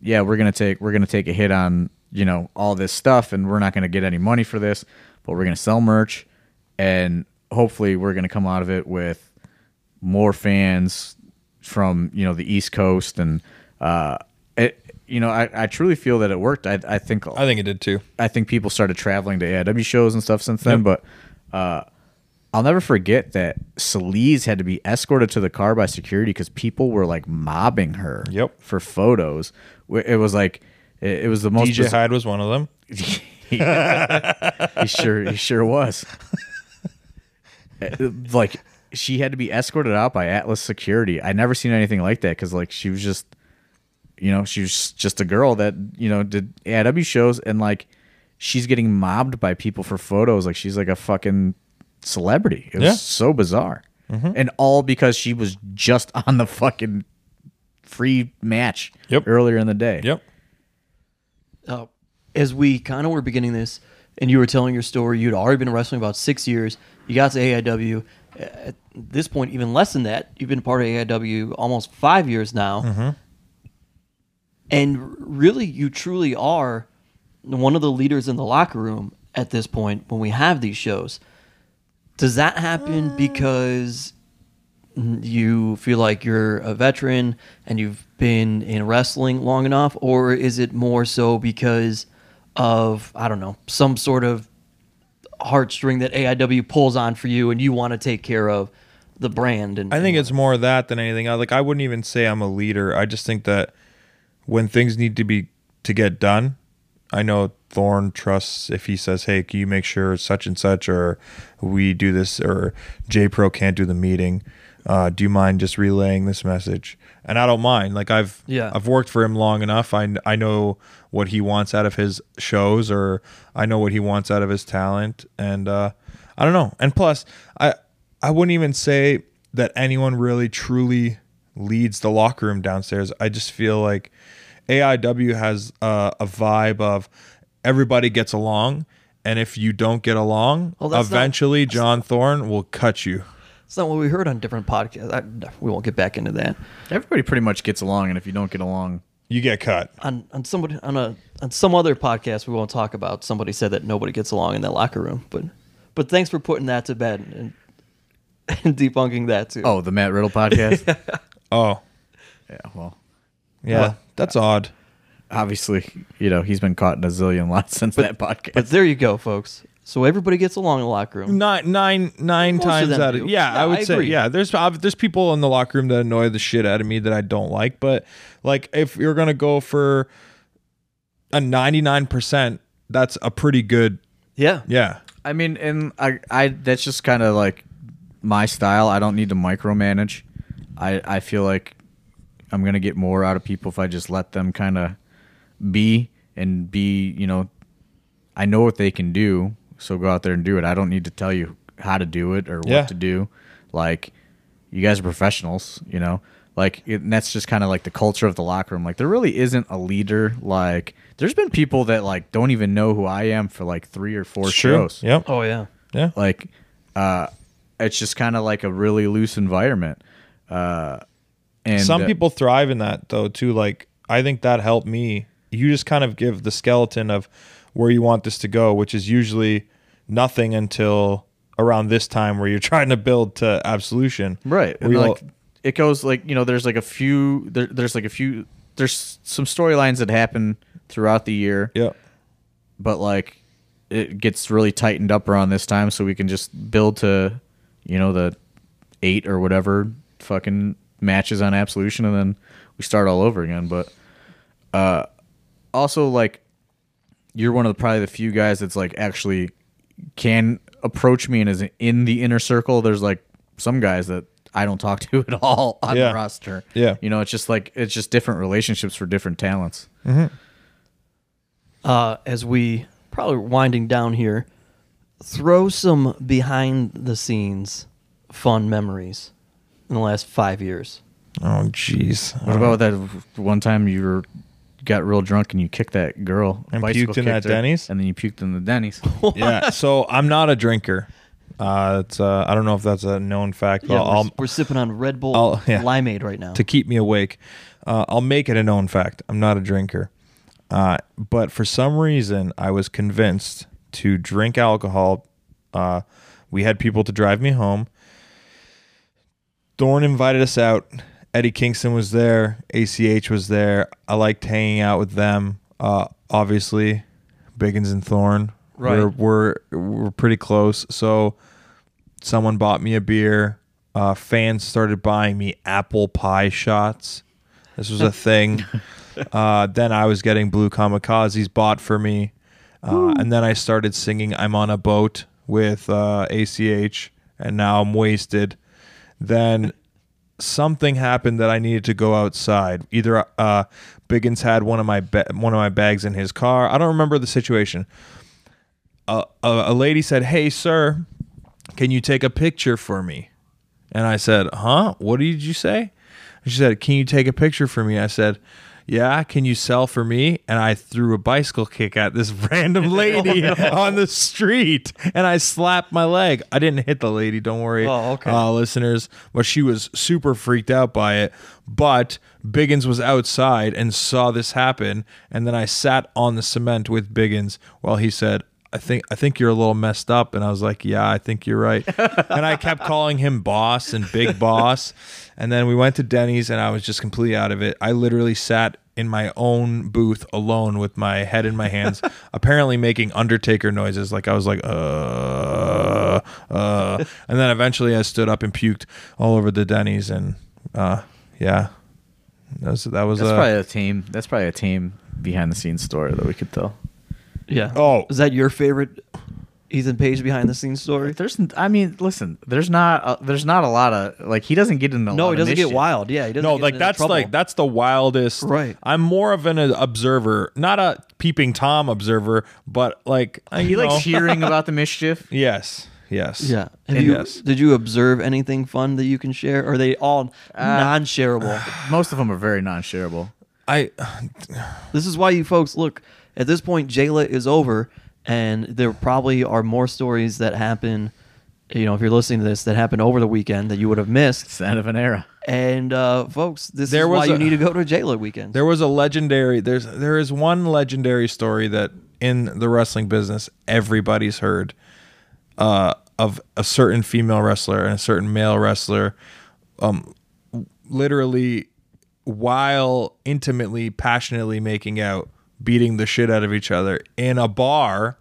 [SPEAKER 3] yeah, we're gonna take we're gonna take a hit on you know all this stuff, and we're not gonna get any money for this, but we're gonna sell merch, and hopefully we're gonna come out of it with more fans from you know the East Coast, and uh, it you know I, I truly feel that it worked. I I think
[SPEAKER 2] I think it did too.
[SPEAKER 3] I think people started traveling to AIW shows and stuff since then. But uh, I'll never forget that Celise had to be escorted to the car by security because people were like mobbing her
[SPEAKER 2] Yep.
[SPEAKER 3] for photos. Wh- It was like it it was the most
[SPEAKER 2] DJ Hyde was one of them.
[SPEAKER 3] he sure he sure was. Uh, like she had to be escorted out by Atlas security. I never seen anything like that because like she was just, you know, she was just a girl that you know did AW shows and like she's getting mobbed by people for photos. Like she's like a fucking celebrity. It was
[SPEAKER 2] Yeah. Mm-hmm.
[SPEAKER 3] so bizarre, and all because she was just on the fucking free match
[SPEAKER 2] Yep.
[SPEAKER 3] earlier in the day.
[SPEAKER 2] Yep.
[SPEAKER 1] uh, as we kind of were beginning this, and you were telling your story, you'd already been wrestling about six years. You got to AIW. At this point, even less than that, you've been part of AIW almost five years now. And really, you truly are one of the leaders in the locker room at this point when we have these shows. Does that happen because you feel like you're a veteran and you've been in wrestling long enough or is it more so because of i don't know some sort of heartstring that AIW pulls on for you and you want to take care of the brand and
[SPEAKER 2] I think it's more that than anything. else. Like I wouldn't even say I'm a leader. I just think that when things need to be to get done, I know Thorne trusts if he says, "Hey, can you make sure such and such, or we do this, or J Pro can't do the meeting? Uh, do you mind just relaying this message?" And I don't mind. Like I've
[SPEAKER 1] Yeah.
[SPEAKER 2] I've worked for him long enough. I I know what he wants out of his shows, or I know what he wants out of his talent, and uh, I don't know. And plus, I I wouldn't even say that anyone really truly leads the locker room downstairs. I just feel like AIW has uh, a vibe of everybody gets along, and if you don't get along,
[SPEAKER 1] Well, that's not-
[SPEAKER 2] eventually John Thorne will cut you.
[SPEAKER 1] it's not what we heard on different podcasts I, we won't get back into that
[SPEAKER 3] Everybody pretty much gets along, and if you don't get along,
[SPEAKER 2] You get cut.
[SPEAKER 1] on on somebody on a on some other podcast we won't talk about somebody said that nobody gets along in that locker room but but thanks for putting that to bed and, and debunking that too
[SPEAKER 3] oh, the Matt Riddle podcast.
[SPEAKER 2] Oh,
[SPEAKER 3] yeah, well.
[SPEAKER 2] yeah, that's odd.
[SPEAKER 3] obviously, you know, he's been caught in a zillion lots since that podcast.
[SPEAKER 1] But there you go, folks. So everybody gets along in the locker room.
[SPEAKER 2] Nine, nine, nine
[SPEAKER 1] Most of
[SPEAKER 2] times
[SPEAKER 1] them
[SPEAKER 2] out of
[SPEAKER 1] do.
[SPEAKER 2] yeah,
[SPEAKER 1] Yeah,
[SPEAKER 2] I would
[SPEAKER 1] I
[SPEAKER 2] say
[SPEAKER 1] agree.
[SPEAKER 2] yeah. There's ob- there's people in the locker room that annoy the shit out of me that I don't like, but like if you're gonna go for a ninety nine percent, that's a pretty good
[SPEAKER 1] Yeah.
[SPEAKER 2] yeah.
[SPEAKER 3] I mean, and I, I that's just kind of like my style. I don't need to micromanage. I, I feel like I'm gonna get more out of people if I just let them kind of be and be. You know, I know what they can do, so go out there and do it. I don't need to tell you how to do it or what
[SPEAKER 2] Yeah.
[SPEAKER 3] to do. Like, you guys are professionals. You know, like it, and that's just kind of like the culture of the locker room. Like, there really isn't a leader. Like, there's been people that like don't even know who I am for like three or four
[SPEAKER 2] True.
[SPEAKER 3] shows
[SPEAKER 2] Yep.
[SPEAKER 1] Oh yeah.
[SPEAKER 2] Yeah.
[SPEAKER 3] like uh it's just kind of like a really loose environment. Uh, and
[SPEAKER 2] Some
[SPEAKER 3] uh,
[SPEAKER 2] people thrive in that though too. Like I think that helped me. You just kind of give the skeleton of where you want this to go, which is usually nothing until around this time where you're trying to build to absolution.
[SPEAKER 3] right
[SPEAKER 2] Where
[SPEAKER 3] and,
[SPEAKER 2] you'll-
[SPEAKER 3] like it goes like you know there's like a few there, there's like a few there's some storylines that happen throughout the year
[SPEAKER 2] yeah.
[SPEAKER 3] but like it gets really tightened up around this time so we can just build to you know the eight or whatever fucking matches on absolution and then we start all over again but uh also like you're one of the, probably the few guys that's like actually can approach me and is in the inner circle there's like some guys that i don't talk to at all on
[SPEAKER 2] Yeah.
[SPEAKER 3] the roster
[SPEAKER 2] Yeah.
[SPEAKER 3] you know it's just like it's just different relationships for different talents
[SPEAKER 1] uh, as we probably winding down here, throw some behind the scenes fun memories in the last five years.
[SPEAKER 2] Oh jeez.
[SPEAKER 3] What about that one time you were got real drunk and you kicked that girl
[SPEAKER 2] And
[SPEAKER 3] bicycle
[SPEAKER 2] puked in that
[SPEAKER 3] kicked her,
[SPEAKER 2] Denny's?
[SPEAKER 3] and then you puked in the Denny's.
[SPEAKER 2] yeah. So I'm not a drinker. Uh, it's uh, I don't know if that's a known fact. But
[SPEAKER 1] Yeah, we're,
[SPEAKER 2] I'll,
[SPEAKER 1] we're sipping on Red Bull
[SPEAKER 2] I'll- yeah.
[SPEAKER 1] Limeade right now.
[SPEAKER 2] to keep me awake. Uh, I'll make it a known fact. I'm not a drinker. Uh, but for some reason, I was convinced to drink alcohol. Uh, we had people to drive me home. Thorne invited us out. Eddie Kingston was there. ACH was there. I liked hanging out with them. Uh, obviously, Biggins and Thorne
[SPEAKER 1] Right.
[SPEAKER 2] were, were, were pretty close. So someone bought me a beer. Uh, fans started buying me apple pie shots. This was a thing. uh, then I was getting blue kamikazes bought for me. Uh, and then I started singing I'm on a boat with uh, ACH, and now I'm wasted. Then something happened that I needed to go outside. Either uh, Biggins had one of my ba- one of my bags in his car. I don't remember the situation. A a, a lady said, "Hey, sir, can you take a picture for me?" And I said, "Huh? What did you say?" And she said, "Can you take a picture for me?" I said. Yeah, can you sell for me? And I threw a bicycle kick at this
[SPEAKER 1] Oh,
[SPEAKER 2] random lady on the street and I slapped my leg. I didn't hit the lady, don't worry
[SPEAKER 1] Oh, okay.
[SPEAKER 2] uh, listeners, but she was super freaked out by it. But Biggins was outside and saw this happen, and then I sat on the cement with Biggins while he said, "I think I think you're a little messed up," and I was like, "Yeah, I think you're right," and I kept calling him boss and big boss, and then we went to Denny's, and I was just completely out of it. I literally sat. In my own booth alone with my head in my hands, apparently making Undertaker noises. Like I was like, uh, uh, and then eventually I stood up and puked all over the Denny's, and uh, yeah, that was that was
[SPEAKER 3] That's
[SPEAKER 2] uh,
[SPEAKER 3] probably a team. That's probably a team behind the scenes story that we could tell.
[SPEAKER 1] yeah.
[SPEAKER 2] Oh.
[SPEAKER 1] is that your favorite Ethan Page behind the scenes story?
[SPEAKER 3] There's, I mean, listen, there's not, uh, there's not a lot of like he doesn't get in the.
[SPEAKER 1] No, he doesn't get wild. Yeah, he doesn't.
[SPEAKER 2] no,
[SPEAKER 1] get
[SPEAKER 2] like
[SPEAKER 1] into
[SPEAKER 2] that's
[SPEAKER 1] trouble.
[SPEAKER 2] like that's the wildest.
[SPEAKER 1] Right.
[SPEAKER 2] I'm more of an uh, observer, not a peeping tom observer, but like I-
[SPEAKER 3] He
[SPEAKER 2] you
[SPEAKER 3] likes
[SPEAKER 2] know.
[SPEAKER 3] hearing about the mischief.
[SPEAKER 2] Yes. Yes.
[SPEAKER 1] Yeah. Have
[SPEAKER 2] And
[SPEAKER 1] you,
[SPEAKER 2] yes.
[SPEAKER 1] Did you observe anything fun that you can share? Or are they all non-shareable?
[SPEAKER 3] Most of them are very non-shareable.
[SPEAKER 2] I
[SPEAKER 1] This is why you folks look at this point. Jayla is over, and there probably are more stories that happen. You know, if you're listening to this, that happened over the weekend that you would have missed.
[SPEAKER 3] It's the end of an era.
[SPEAKER 1] And uh, folks, this
[SPEAKER 2] There
[SPEAKER 1] is why
[SPEAKER 2] was
[SPEAKER 1] you
[SPEAKER 2] a-
[SPEAKER 1] need to go to a Jayla weekend.
[SPEAKER 2] There was a legendary. There's there is one legendary story that in the wrestling business everybody's heard uh, of a certain female wrestler and a certain male wrestler, um, literally while intimately, passionately making out, beating the shit out of each other in a bar,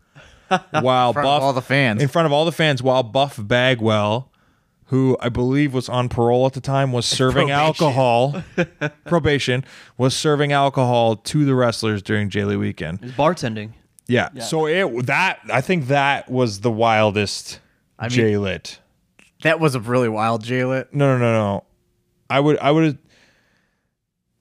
[SPEAKER 2] while
[SPEAKER 3] front of
[SPEAKER 2] Buff
[SPEAKER 3] all the fans.
[SPEAKER 2] in front of all the fans, while Buff Bagwell. Who I believe was on parole at the time was serving
[SPEAKER 3] Probation.
[SPEAKER 2] alcohol probation was serving alcohol to the wrestlers during Jaylee weekend.
[SPEAKER 1] It's bartending.
[SPEAKER 2] Yeah. So it that I think that was the wildest I
[SPEAKER 3] mean-
[SPEAKER 2] Lit.
[SPEAKER 3] That was a really wild jailet.
[SPEAKER 2] No, no, no, no. I would I would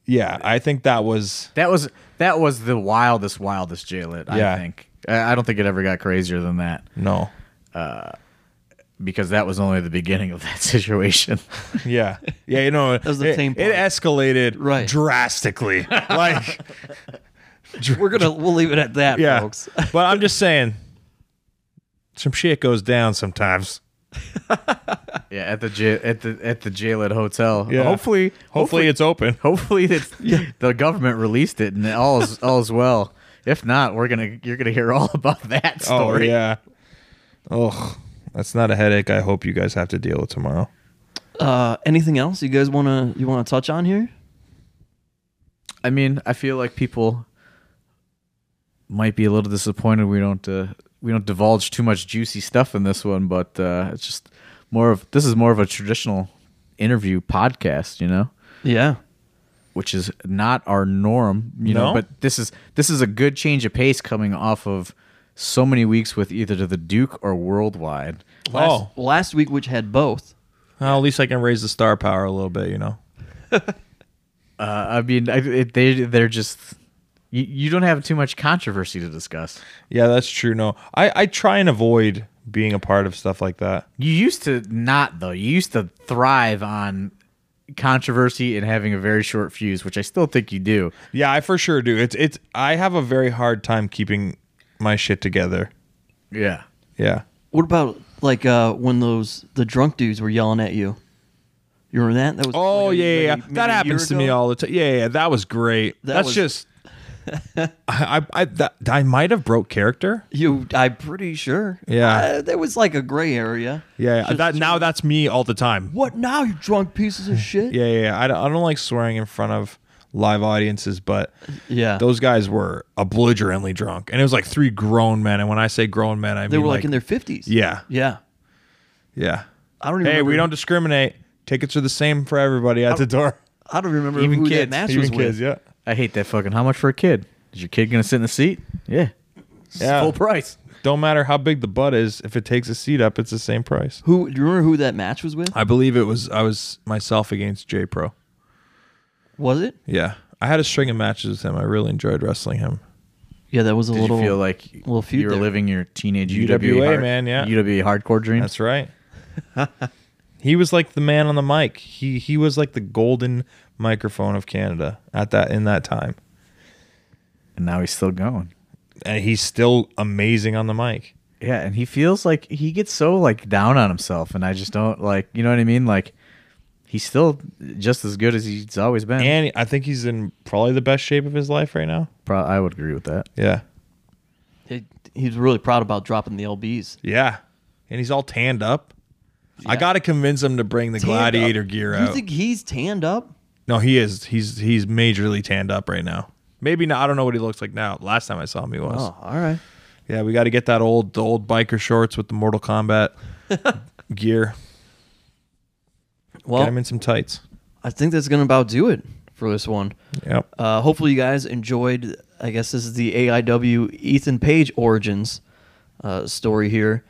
[SPEAKER 2] Yeah, I think that was
[SPEAKER 3] That was that was the wildest, wildest jailet. I
[SPEAKER 2] Yeah.
[SPEAKER 3] think. I I don't think it ever got crazier than that.
[SPEAKER 2] no.
[SPEAKER 3] because that was only the beginning of that situation.
[SPEAKER 2] Yeah. Yeah, you know,
[SPEAKER 1] was the
[SPEAKER 2] it,
[SPEAKER 1] tame part.
[SPEAKER 2] it escalated
[SPEAKER 1] Right.
[SPEAKER 2] drastically. like
[SPEAKER 1] We're gonna we'll leave it at that,
[SPEAKER 2] yeah.
[SPEAKER 1] folks.
[SPEAKER 2] but I'm just saying some shit goes down sometimes.
[SPEAKER 3] Yeah, at the jail at the at the jail at hotel.
[SPEAKER 2] Yeah.
[SPEAKER 3] Hopefully,
[SPEAKER 2] Hopefully, it's open.
[SPEAKER 3] hopefully it's the government released it and all is all's well. If not, we're gonna you're gonna hear all about that story.
[SPEAKER 2] Oh yeah. Oh, that's not a headache. I hope you guys have to deal with tomorrow.
[SPEAKER 1] Uh, anything else you guys wanna you wanna touch on here?
[SPEAKER 3] I mean, I feel like people might be a little disappointed we don't uh, we don't divulge too much juicy stuff in this one, but uh, it's just more of this is more of a traditional interview podcast, you know,
[SPEAKER 1] Yeah.
[SPEAKER 3] which is not our norm, you know.
[SPEAKER 2] No.
[SPEAKER 3] But this is this is a good change of pace coming off of so many weeks with either to the Duke or Worldwide.
[SPEAKER 2] oh,
[SPEAKER 1] Last week, which had both.
[SPEAKER 2] well, at least I can raise the star power a little bit. You know.
[SPEAKER 3] Uh, I mean, I, it, they they're just you, you don't have too much controversy to discuss.
[SPEAKER 2] Yeah, that's true. No, I I try and avoid being a part of stuff like that.
[SPEAKER 3] You used to not though. You used to thrive on controversy and having a very short fuse, which I still think you do.
[SPEAKER 2] Yeah, I for sure do. It's it's. I have a very hard time keeping my shit together.
[SPEAKER 3] Yeah.
[SPEAKER 2] Yeah.
[SPEAKER 1] What about like uh, when those the drunk dudes were yelling at you? You remember that? That was
[SPEAKER 2] Oh
[SPEAKER 1] like, a-
[SPEAKER 2] yeah, yeah, yeah.
[SPEAKER 1] like a- maybe
[SPEAKER 2] that
[SPEAKER 1] a year
[SPEAKER 2] happens to me
[SPEAKER 1] ago?
[SPEAKER 2] all the time. Yeah, yeah, that was great.
[SPEAKER 1] That
[SPEAKER 2] That's
[SPEAKER 1] was-
[SPEAKER 2] just. I I I, that, I might have broke character.
[SPEAKER 1] You, I'm pretty sure.
[SPEAKER 2] Yeah.
[SPEAKER 1] uh, there was like a gray area.
[SPEAKER 2] Yeah,
[SPEAKER 1] Just-
[SPEAKER 2] that now that's me all the time.
[SPEAKER 1] What now? You drunk pieces of shit.
[SPEAKER 2] Yeah, yeah, yeah. I, don't, I don't like swearing in front of live audiences, but
[SPEAKER 1] Yeah.
[SPEAKER 2] those guys were belligerently drunk, and it was like three grown men. And when I say grown men, I
[SPEAKER 1] they
[SPEAKER 2] mean
[SPEAKER 1] were like, in their fifties.
[SPEAKER 2] yeah,
[SPEAKER 1] Yeah.
[SPEAKER 2] yeah.
[SPEAKER 1] I don't. Even
[SPEAKER 2] Hey,
[SPEAKER 1] remember,
[SPEAKER 2] we don't discriminate. Tickets are the same for everybody at the door.
[SPEAKER 1] I don't remember
[SPEAKER 3] even
[SPEAKER 1] who
[SPEAKER 3] kids,
[SPEAKER 1] that match
[SPEAKER 2] Even
[SPEAKER 1] was with.
[SPEAKER 2] kids, yeah,
[SPEAKER 3] I hate that fucking how much for a kid? Is your kid gonna sit in the seat? Yeah. It's
[SPEAKER 2] Yeah.
[SPEAKER 3] Full price.
[SPEAKER 2] Don't matter how big the butt is. If it takes a seat up, it's the same price.
[SPEAKER 1] Who? Do you remember who that match was with?
[SPEAKER 2] I believe it was I was myself against J Pro.
[SPEAKER 1] Was it?
[SPEAKER 2] Yeah, I had a string of matches with him. I really enjoyed wrestling him.
[SPEAKER 1] Yeah, that was a
[SPEAKER 3] Did
[SPEAKER 1] little.
[SPEAKER 3] you feel like
[SPEAKER 1] little feud
[SPEAKER 3] you were
[SPEAKER 1] there.
[SPEAKER 3] living your teenage UWA,
[SPEAKER 2] UWA,
[SPEAKER 3] hard-
[SPEAKER 2] man, yeah.
[SPEAKER 3] UWA hardcore dream?
[SPEAKER 2] That's right. he was like the man on the mic. He he was like the golden microphone of Canada at that in that time.
[SPEAKER 3] and now he's still going.
[SPEAKER 2] And he's still amazing on the mic.
[SPEAKER 3] Yeah, and he feels like he gets so like down on himself and I just don't like you know what I mean? Like he's still just as good as he's always been.
[SPEAKER 2] And I think he's in probably the best shape of his life right now.
[SPEAKER 3] Pro- I would agree with that.
[SPEAKER 2] Yeah.
[SPEAKER 1] He, he was really proud about dropping the lbs.
[SPEAKER 2] Yeah. And he's all tanned up. I got to convince him to bring the
[SPEAKER 1] Tanned
[SPEAKER 2] gladiator
[SPEAKER 1] up.
[SPEAKER 2] gear
[SPEAKER 1] You
[SPEAKER 2] out.
[SPEAKER 1] think he's tanned up?
[SPEAKER 2] no, he is. He's he's majorly tanned up right now. Maybe not. I don't know what he looks like now. Last time I saw him, he was.
[SPEAKER 1] Oh, all right.
[SPEAKER 2] Yeah, we got to get that old the old biker shorts with the Mortal Kombat gear.
[SPEAKER 1] Well,
[SPEAKER 2] Get him in some tights.
[SPEAKER 1] I think that's gonna about do it for this one.
[SPEAKER 2] Yep.
[SPEAKER 1] Uh, hopefully, you guys enjoyed. I guess this is the AIW Ethan Page origins uh, story here.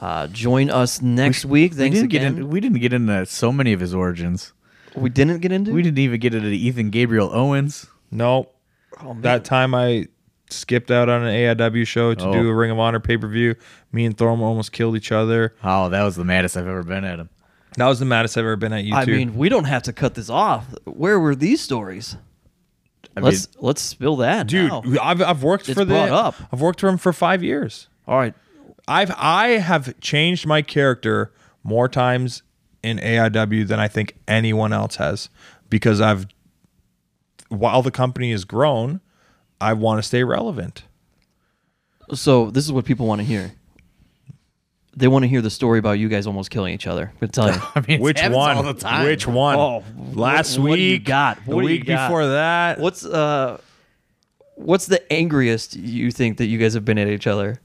[SPEAKER 1] Uh, join us next week.
[SPEAKER 3] We
[SPEAKER 1] Thanks
[SPEAKER 3] didn't
[SPEAKER 1] again.
[SPEAKER 3] get in, we didn't get into so many of his origins.
[SPEAKER 1] we didn't get into.
[SPEAKER 3] We didn't even get into Ethan Gabriel Owens.
[SPEAKER 2] No,
[SPEAKER 1] Oh, man.
[SPEAKER 2] that time I skipped out on an AIW show to
[SPEAKER 3] Oh.
[SPEAKER 2] do a Ring of Honor pay per view. Me and Thorm almost killed each other.
[SPEAKER 3] Oh, that was the maddest I've ever been at him.
[SPEAKER 2] That was the maddest I've ever been at YouTube.
[SPEAKER 1] I mean, we don't have to cut this off. Where were these stories?
[SPEAKER 3] I
[SPEAKER 1] let's let's spill that,
[SPEAKER 2] dude,
[SPEAKER 1] now.
[SPEAKER 2] I've I've worked
[SPEAKER 1] It's
[SPEAKER 2] for the
[SPEAKER 1] brought up.
[SPEAKER 2] I've worked for him for five years.
[SPEAKER 1] All right,
[SPEAKER 2] I've I have changed my character more times in AIW than I think anyone else has because I've while the company has grown, I want to stay relevant.
[SPEAKER 1] so this is what people want to hear. They want to hear the story about you guys almost killing each other. But tell you,
[SPEAKER 3] I mean, it
[SPEAKER 2] Which
[SPEAKER 3] happens
[SPEAKER 2] one?
[SPEAKER 3] All the time.
[SPEAKER 2] Which one?
[SPEAKER 1] Oh,
[SPEAKER 2] Last
[SPEAKER 1] what-
[SPEAKER 2] week.
[SPEAKER 1] what do you got?
[SPEAKER 2] The
[SPEAKER 1] What do you
[SPEAKER 2] week
[SPEAKER 1] got?
[SPEAKER 2] before that.
[SPEAKER 1] what's uh, what's the angriest you think that you guys have been at each other?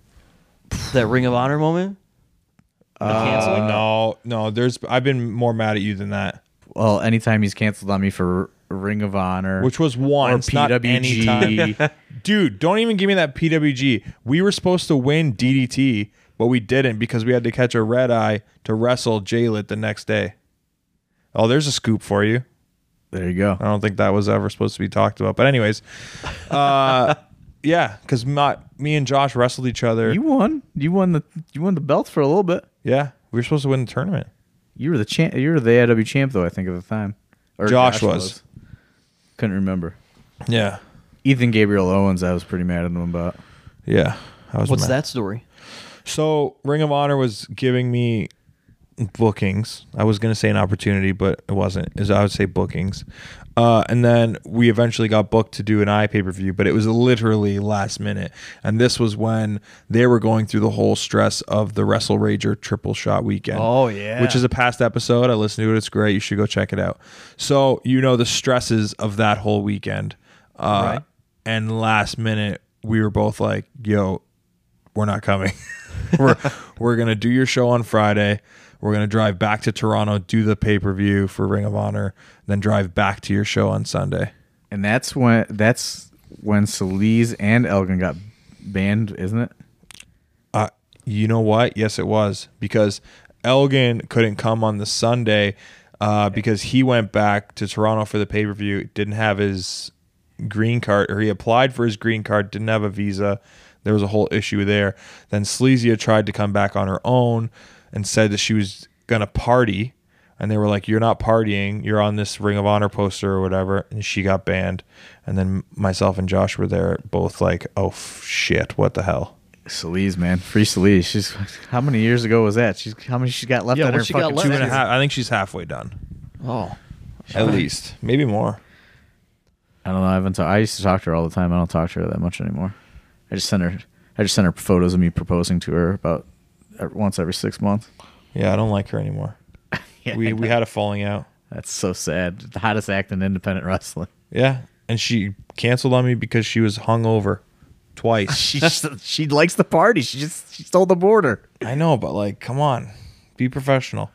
[SPEAKER 1] That Ring of Honor moment. Uh, The canceling?
[SPEAKER 2] No, no. There's. I've been more mad at you than that.
[SPEAKER 3] Well, anytime he's canceled on me for Ring of Honor,
[SPEAKER 2] Which was once, not any time.
[SPEAKER 3] PWG.
[SPEAKER 2] Dude, don't even give me that PWG. We were supposed to win DDT, but we didn't because we had to catch a red eye to wrestle Jaylit the next day. Oh, there's a scoop for you.
[SPEAKER 3] there you go.
[SPEAKER 2] I don't think that was ever supposed to be talked about. But anyways, uh, yeah, because my me and Josh wrestled each other.
[SPEAKER 3] You won. You won the you won the belt for a little bit.
[SPEAKER 2] yeah, we were supposed to win the tournament.
[SPEAKER 3] You were the champ. You were the AIW champ though. I think at the time. Or
[SPEAKER 2] Josh was.
[SPEAKER 3] Couldn't remember.
[SPEAKER 2] Yeah,
[SPEAKER 3] Ethan Gabriel Owens. I was pretty mad at him about.
[SPEAKER 2] yeah. I was
[SPEAKER 1] What's
[SPEAKER 2] mad.
[SPEAKER 1] that story?
[SPEAKER 2] So Ring of Honor was giving me bookings. I was going to say an opportunity, but it wasn't. Is I would say bookings. Uh, and then we eventually got booked to do an eye pay per view, but it was literally last minute. And this was when they were going through the whole stress of the Wrestle Rager triple shot weekend.
[SPEAKER 1] Oh, yeah.
[SPEAKER 2] Which is a past episode. I listened to it. It's great. You should go check it out. So, you know, the stresses of that whole weekend. Uh,
[SPEAKER 1] Right.
[SPEAKER 2] And last minute, we were both like, yo, we're not coming. we're we're gonna do your show on Friday. We're gonna drive back to Toronto, do the pay per view for Ring of Honor, then drive back to your show on Sunday.
[SPEAKER 3] And that's when that's when Solis and Elgin got banned, isn't it?
[SPEAKER 2] Uh, you know what? Yes, it was because Elgin couldn't come on the Sunday uh, because he went back to Toronto for the pay per view. Didn't have his green card, or he applied for his green card, didn't have a visa. There was a whole issue there. Then Sleezia tried to come back on her own and said that she was gonna party, and they were like, "You're not partying. You're on this Ring of Honor poster or whatever." And she got banned. And then myself and Josh were there, both like, "Oh f- shit, what the hell."
[SPEAKER 3] Solis, man, free Solis. She's how many years ago was that? She's how many she got left
[SPEAKER 1] Yeah,
[SPEAKER 3] on
[SPEAKER 1] what
[SPEAKER 3] her
[SPEAKER 1] she got
[SPEAKER 3] fucking
[SPEAKER 1] left?
[SPEAKER 2] two
[SPEAKER 1] Two
[SPEAKER 2] and a
[SPEAKER 1] That is-
[SPEAKER 2] half. I think she's halfway done,
[SPEAKER 1] Oh,
[SPEAKER 2] at least, maybe more.
[SPEAKER 3] I don't know. I haven't. Ta- I used to talk to her all the time. I don't talk to her that much anymore. I just send her. I just send her photos of me proposing to her about ev- once every six months.
[SPEAKER 2] Yeah, I don't like her anymore. we we had a falling out.
[SPEAKER 3] That's so sad. The hottest act in independent wrestling.
[SPEAKER 2] Yeah, and she canceled on me because she was hungover twice.
[SPEAKER 3] She just, she likes the party. She just she stole the border.
[SPEAKER 2] I know, but like, come on, be professional.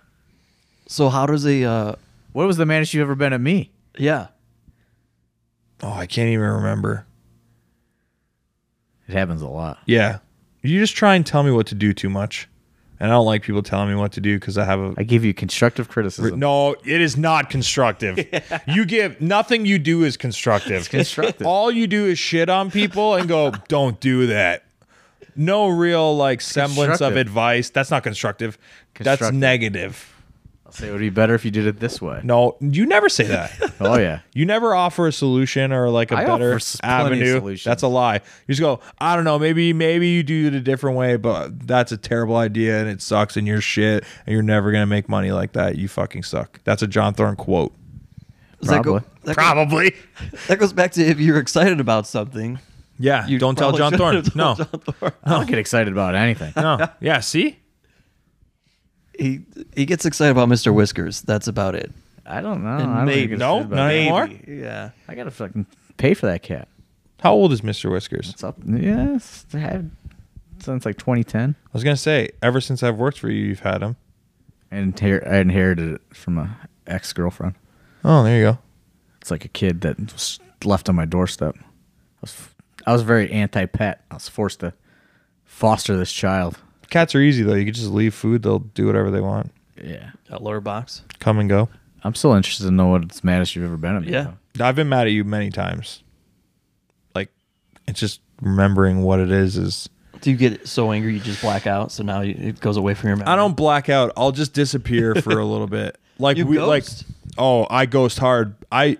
[SPEAKER 1] so how does a uh,
[SPEAKER 3] What was the maddest you've ever been at me?
[SPEAKER 1] yeah?
[SPEAKER 2] Oh, I can't even remember.
[SPEAKER 3] It happens a lot.
[SPEAKER 2] Yeah, you just try and tell me what to do too much, and I don't like people telling me what to do because I have a
[SPEAKER 3] I give you constructive criticism.
[SPEAKER 2] No, it is not constructive. You give nothing you do is constructive.
[SPEAKER 3] constructive.
[SPEAKER 2] All you do is shit on people and go, don't do that. No real like semblance of
[SPEAKER 3] constructive.
[SPEAKER 2] advice. That's not constructive. That's
[SPEAKER 3] Constructive.
[SPEAKER 2] negative.
[SPEAKER 3] I'll say it would be better if you did it this way.
[SPEAKER 2] No, you never say that.
[SPEAKER 3] Oh yeah.
[SPEAKER 2] you never offer a solution or like a
[SPEAKER 3] I
[SPEAKER 2] better
[SPEAKER 3] offer s- plenty of
[SPEAKER 2] avenue.
[SPEAKER 3] solutions.
[SPEAKER 2] That's a lie. You just go, I don't know, maybe maybe you do it a different way, but that's a terrible idea and it sucks and you're shit and you're never gonna make money like that. You fucking suck. That's a John Thorne quote.
[SPEAKER 1] Does that go- that,
[SPEAKER 3] Probably.
[SPEAKER 1] goes,
[SPEAKER 2] Probably.
[SPEAKER 1] that goes back to if you're excited about something.
[SPEAKER 2] Yeah.
[SPEAKER 1] You
[SPEAKER 2] don't tell
[SPEAKER 1] probably
[SPEAKER 2] John Thorne.
[SPEAKER 1] shouldn't
[SPEAKER 2] No.
[SPEAKER 1] have told John Thorne.
[SPEAKER 3] I don't get excited about anything.
[SPEAKER 2] no. Yeah. See?
[SPEAKER 1] He he gets excited about Mr. Whiskers. That's about it.
[SPEAKER 3] I don't know.
[SPEAKER 1] And
[SPEAKER 3] I don't
[SPEAKER 1] maybe-
[SPEAKER 3] get
[SPEAKER 2] No,
[SPEAKER 3] excited about
[SPEAKER 2] not
[SPEAKER 3] it.
[SPEAKER 2] anymore?
[SPEAKER 1] Maybe, Yeah.
[SPEAKER 3] I gotta fucking pay for that cat.
[SPEAKER 2] How old is Mr. Whiskers?
[SPEAKER 3] It's up. Yeah, it's, I have- since like 2010.
[SPEAKER 2] I was going to say, ever since I've worked for you, you've had him.
[SPEAKER 3] I, inher- I inherited it from a ex girlfriend.
[SPEAKER 2] Oh, there you go.
[SPEAKER 3] It's like a kid that was left on my doorstep. I was, I was very anti pet. I was forced to foster this child.
[SPEAKER 2] Cats are easy, though. You can just leave food, they'll do whatever they want.
[SPEAKER 3] Yeah.
[SPEAKER 1] That lower box.
[SPEAKER 2] Come and go.
[SPEAKER 3] I'm still interested to know what's maddest you've ever been at me.
[SPEAKER 1] Yeah.
[SPEAKER 3] though.
[SPEAKER 2] I've been mad at you many times. Like, it's just remembering what it is is.
[SPEAKER 1] Do you get so angry you just black out? So now you, it goes away from your memory.
[SPEAKER 2] I don't black out. I'll just disappear for a little bit. Like
[SPEAKER 1] You
[SPEAKER 2] we
[SPEAKER 1] ghost.
[SPEAKER 2] like oh, I ghost hard. I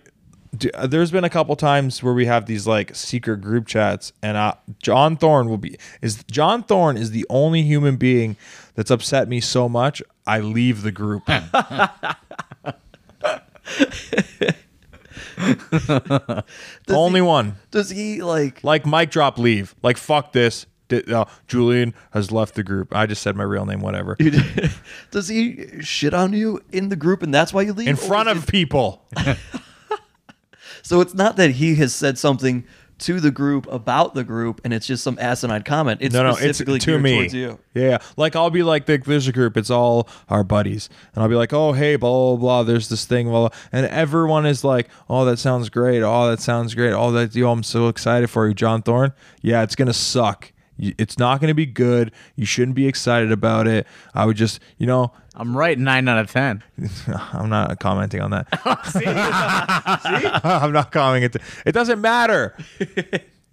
[SPEAKER 2] d- there's been a couple times where we have these like secret group chats and I, John Thorne will be is John Thorne is the only human being that's upset me so much I leave the group. only one.
[SPEAKER 1] Does he like?
[SPEAKER 2] Like mic drop leave. Like fuck this. D- uh, Julian has left the group. I just said my real name whatever.
[SPEAKER 1] Does he shit on you in the group, and that's why you leave
[SPEAKER 2] In
[SPEAKER 1] Or
[SPEAKER 2] front
[SPEAKER 1] is
[SPEAKER 2] of people.
[SPEAKER 1] it- so it's not that he has said something to the group about the group, and it's just some asinine comment. It's
[SPEAKER 2] No, no, it's
[SPEAKER 1] specifically
[SPEAKER 2] to
[SPEAKER 1] geared
[SPEAKER 2] me.
[SPEAKER 1] towards you.
[SPEAKER 2] Yeah, like I'll be like, like, there's a group, it's all our buddies, and I'll be like, oh hey, blah blah blah, there's this thing, blah, blah. and everyone is like, oh that sounds great, oh that sounds great, oh that yo, I'm so excited for you, John Thorne. Yeah, it's gonna suck. You- It's not gonna be good. You shouldn't be excited about it. I would just, you know,
[SPEAKER 3] I'm right nine out of 10.
[SPEAKER 2] I'm not commenting on that.
[SPEAKER 3] Oh,
[SPEAKER 2] I'm not commenting. It doesn't matter.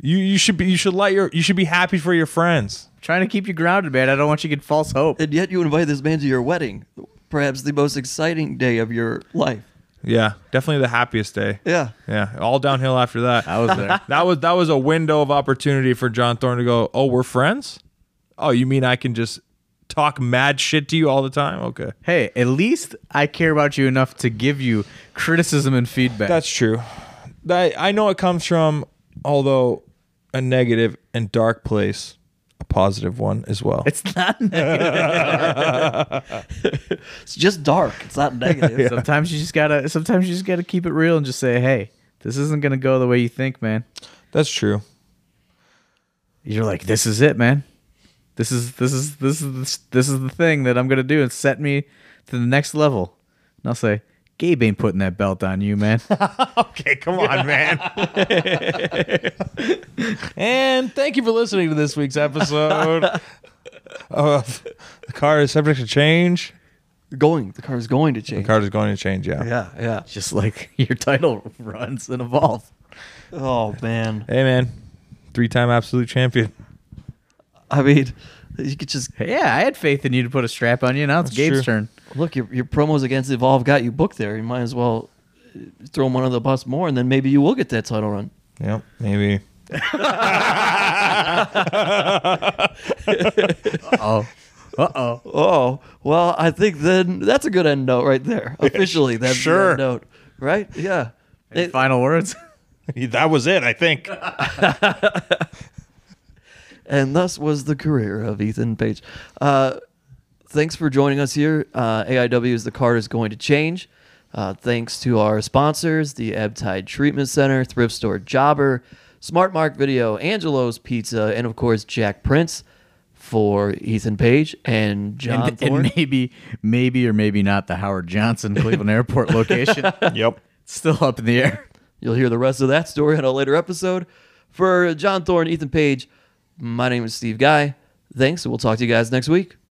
[SPEAKER 2] you you should be you should let your you should be happy for your friends.
[SPEAKER 3] trying to keep you grounded, man. I don't want you to get false hope.
[SPEAKER 1] And yet you invite this man to your wedding, perhaps the most exciting day of your life.
[SPEAKER 2] Yeah, definitely the happiest day.
[SPEAKER 1] Yeah.
[SPEAKER 2] Yeah, all downhill after that.
[SPEAKER 3] I was there.
[SPEAKER 2] that was that was a window of opportunity for John Thorne to go, "Oh, we're friends? Oh, you mean I can just talk mad shit to you all the time? Okay.
[SPEAKER 3] Hey, at least I care about you enough to give you criticism and feedback.
[SPEAKER 2] That's true. I, I know it comes from, although a negative and dark place, a positive one as well.
[SPEAKER 3] it's not negative.
[SPEAKER 1] It's just dark. It's not negative.
[SPEAKER 3] Sometimes you just gotta. Sometimes you just gotta keep it real and just say, "Hey, this isn't gonna go the way you think, man."
[SPEAKER 2] That's true.
[SPEAKER 3] You're like, "This is it, man. This is this is this is this, this is the thing that I'm gonna do and set me to the next level." And I'll say, "Gabe ain't putting that belt on you, man."
[SPEAKER 2] Okay, come on, man. and thank you for listening to this week's episode of The Car is Subject to Change.
[SPEAKER 1] Going. The car is going to change.
[SPEAKER 2] The card is going to change, yeah.
[SPEAKER 1] yeah, yeah.
[SPEAKER 3] just like your title runs and evolve.
[SPEAKER 1] Oh man.
[SPEAKER 2] Hey, man. Three time absolute champion.
[SPEAKER 1] I mean, you could just
[SPEAKER 3] Yeah, I had faith in you to put a strap on you. Now it's
[SPEAKER 2] That's
[SPEAKER 3] Gabe's
[SPEAKER 2] true.
[SPEAKER 3] turn.
[SPEAKER 1] look your your promos against Evolve got you booked there. You might as well uh, throw him under the bus more, and then maybe you will get that title run.
[SPEAKER 2] Yep, maybe.
[SPEAKER 3] Oh, uh oh.
[SPEAKER 1] Oh well, I think then that's a good end note right there. Officially, that's
[SPEAKER 2] Sure.
[SPEAKER 1] the end note, right? Yeah. It-
[SPEAKER 3] Final words.
[SPEAKER 2] that was it, I think.
[SPEAKER 1] and thus was the career of Ethan Page. Uh, thanks for joining us here. Uh, AIW is the card is going to change. Uh, thanks to our sponsors, the Ebb Tide Treatment Center, Thrift Store Jobber, Smart Mark Video, Angelo's Pizza, and of course Jack Prince for Ethan Page and John
[SPEAKER 3] and,
[SPEAKER 1] Thorne.
[SPEAKER 3] and maybe, maybe or maybe not the Howard Johnson Cleveland Airport location.
[SPEAKER 2] yep.
[SPEAKER 3] Still up in the air.
[SPEAKER 1] You'll hear the rest of that story on a later episode. For John Thorne, Ethan Page, my name is Steve Guy. Thanks, and we'll talk to you guys next week.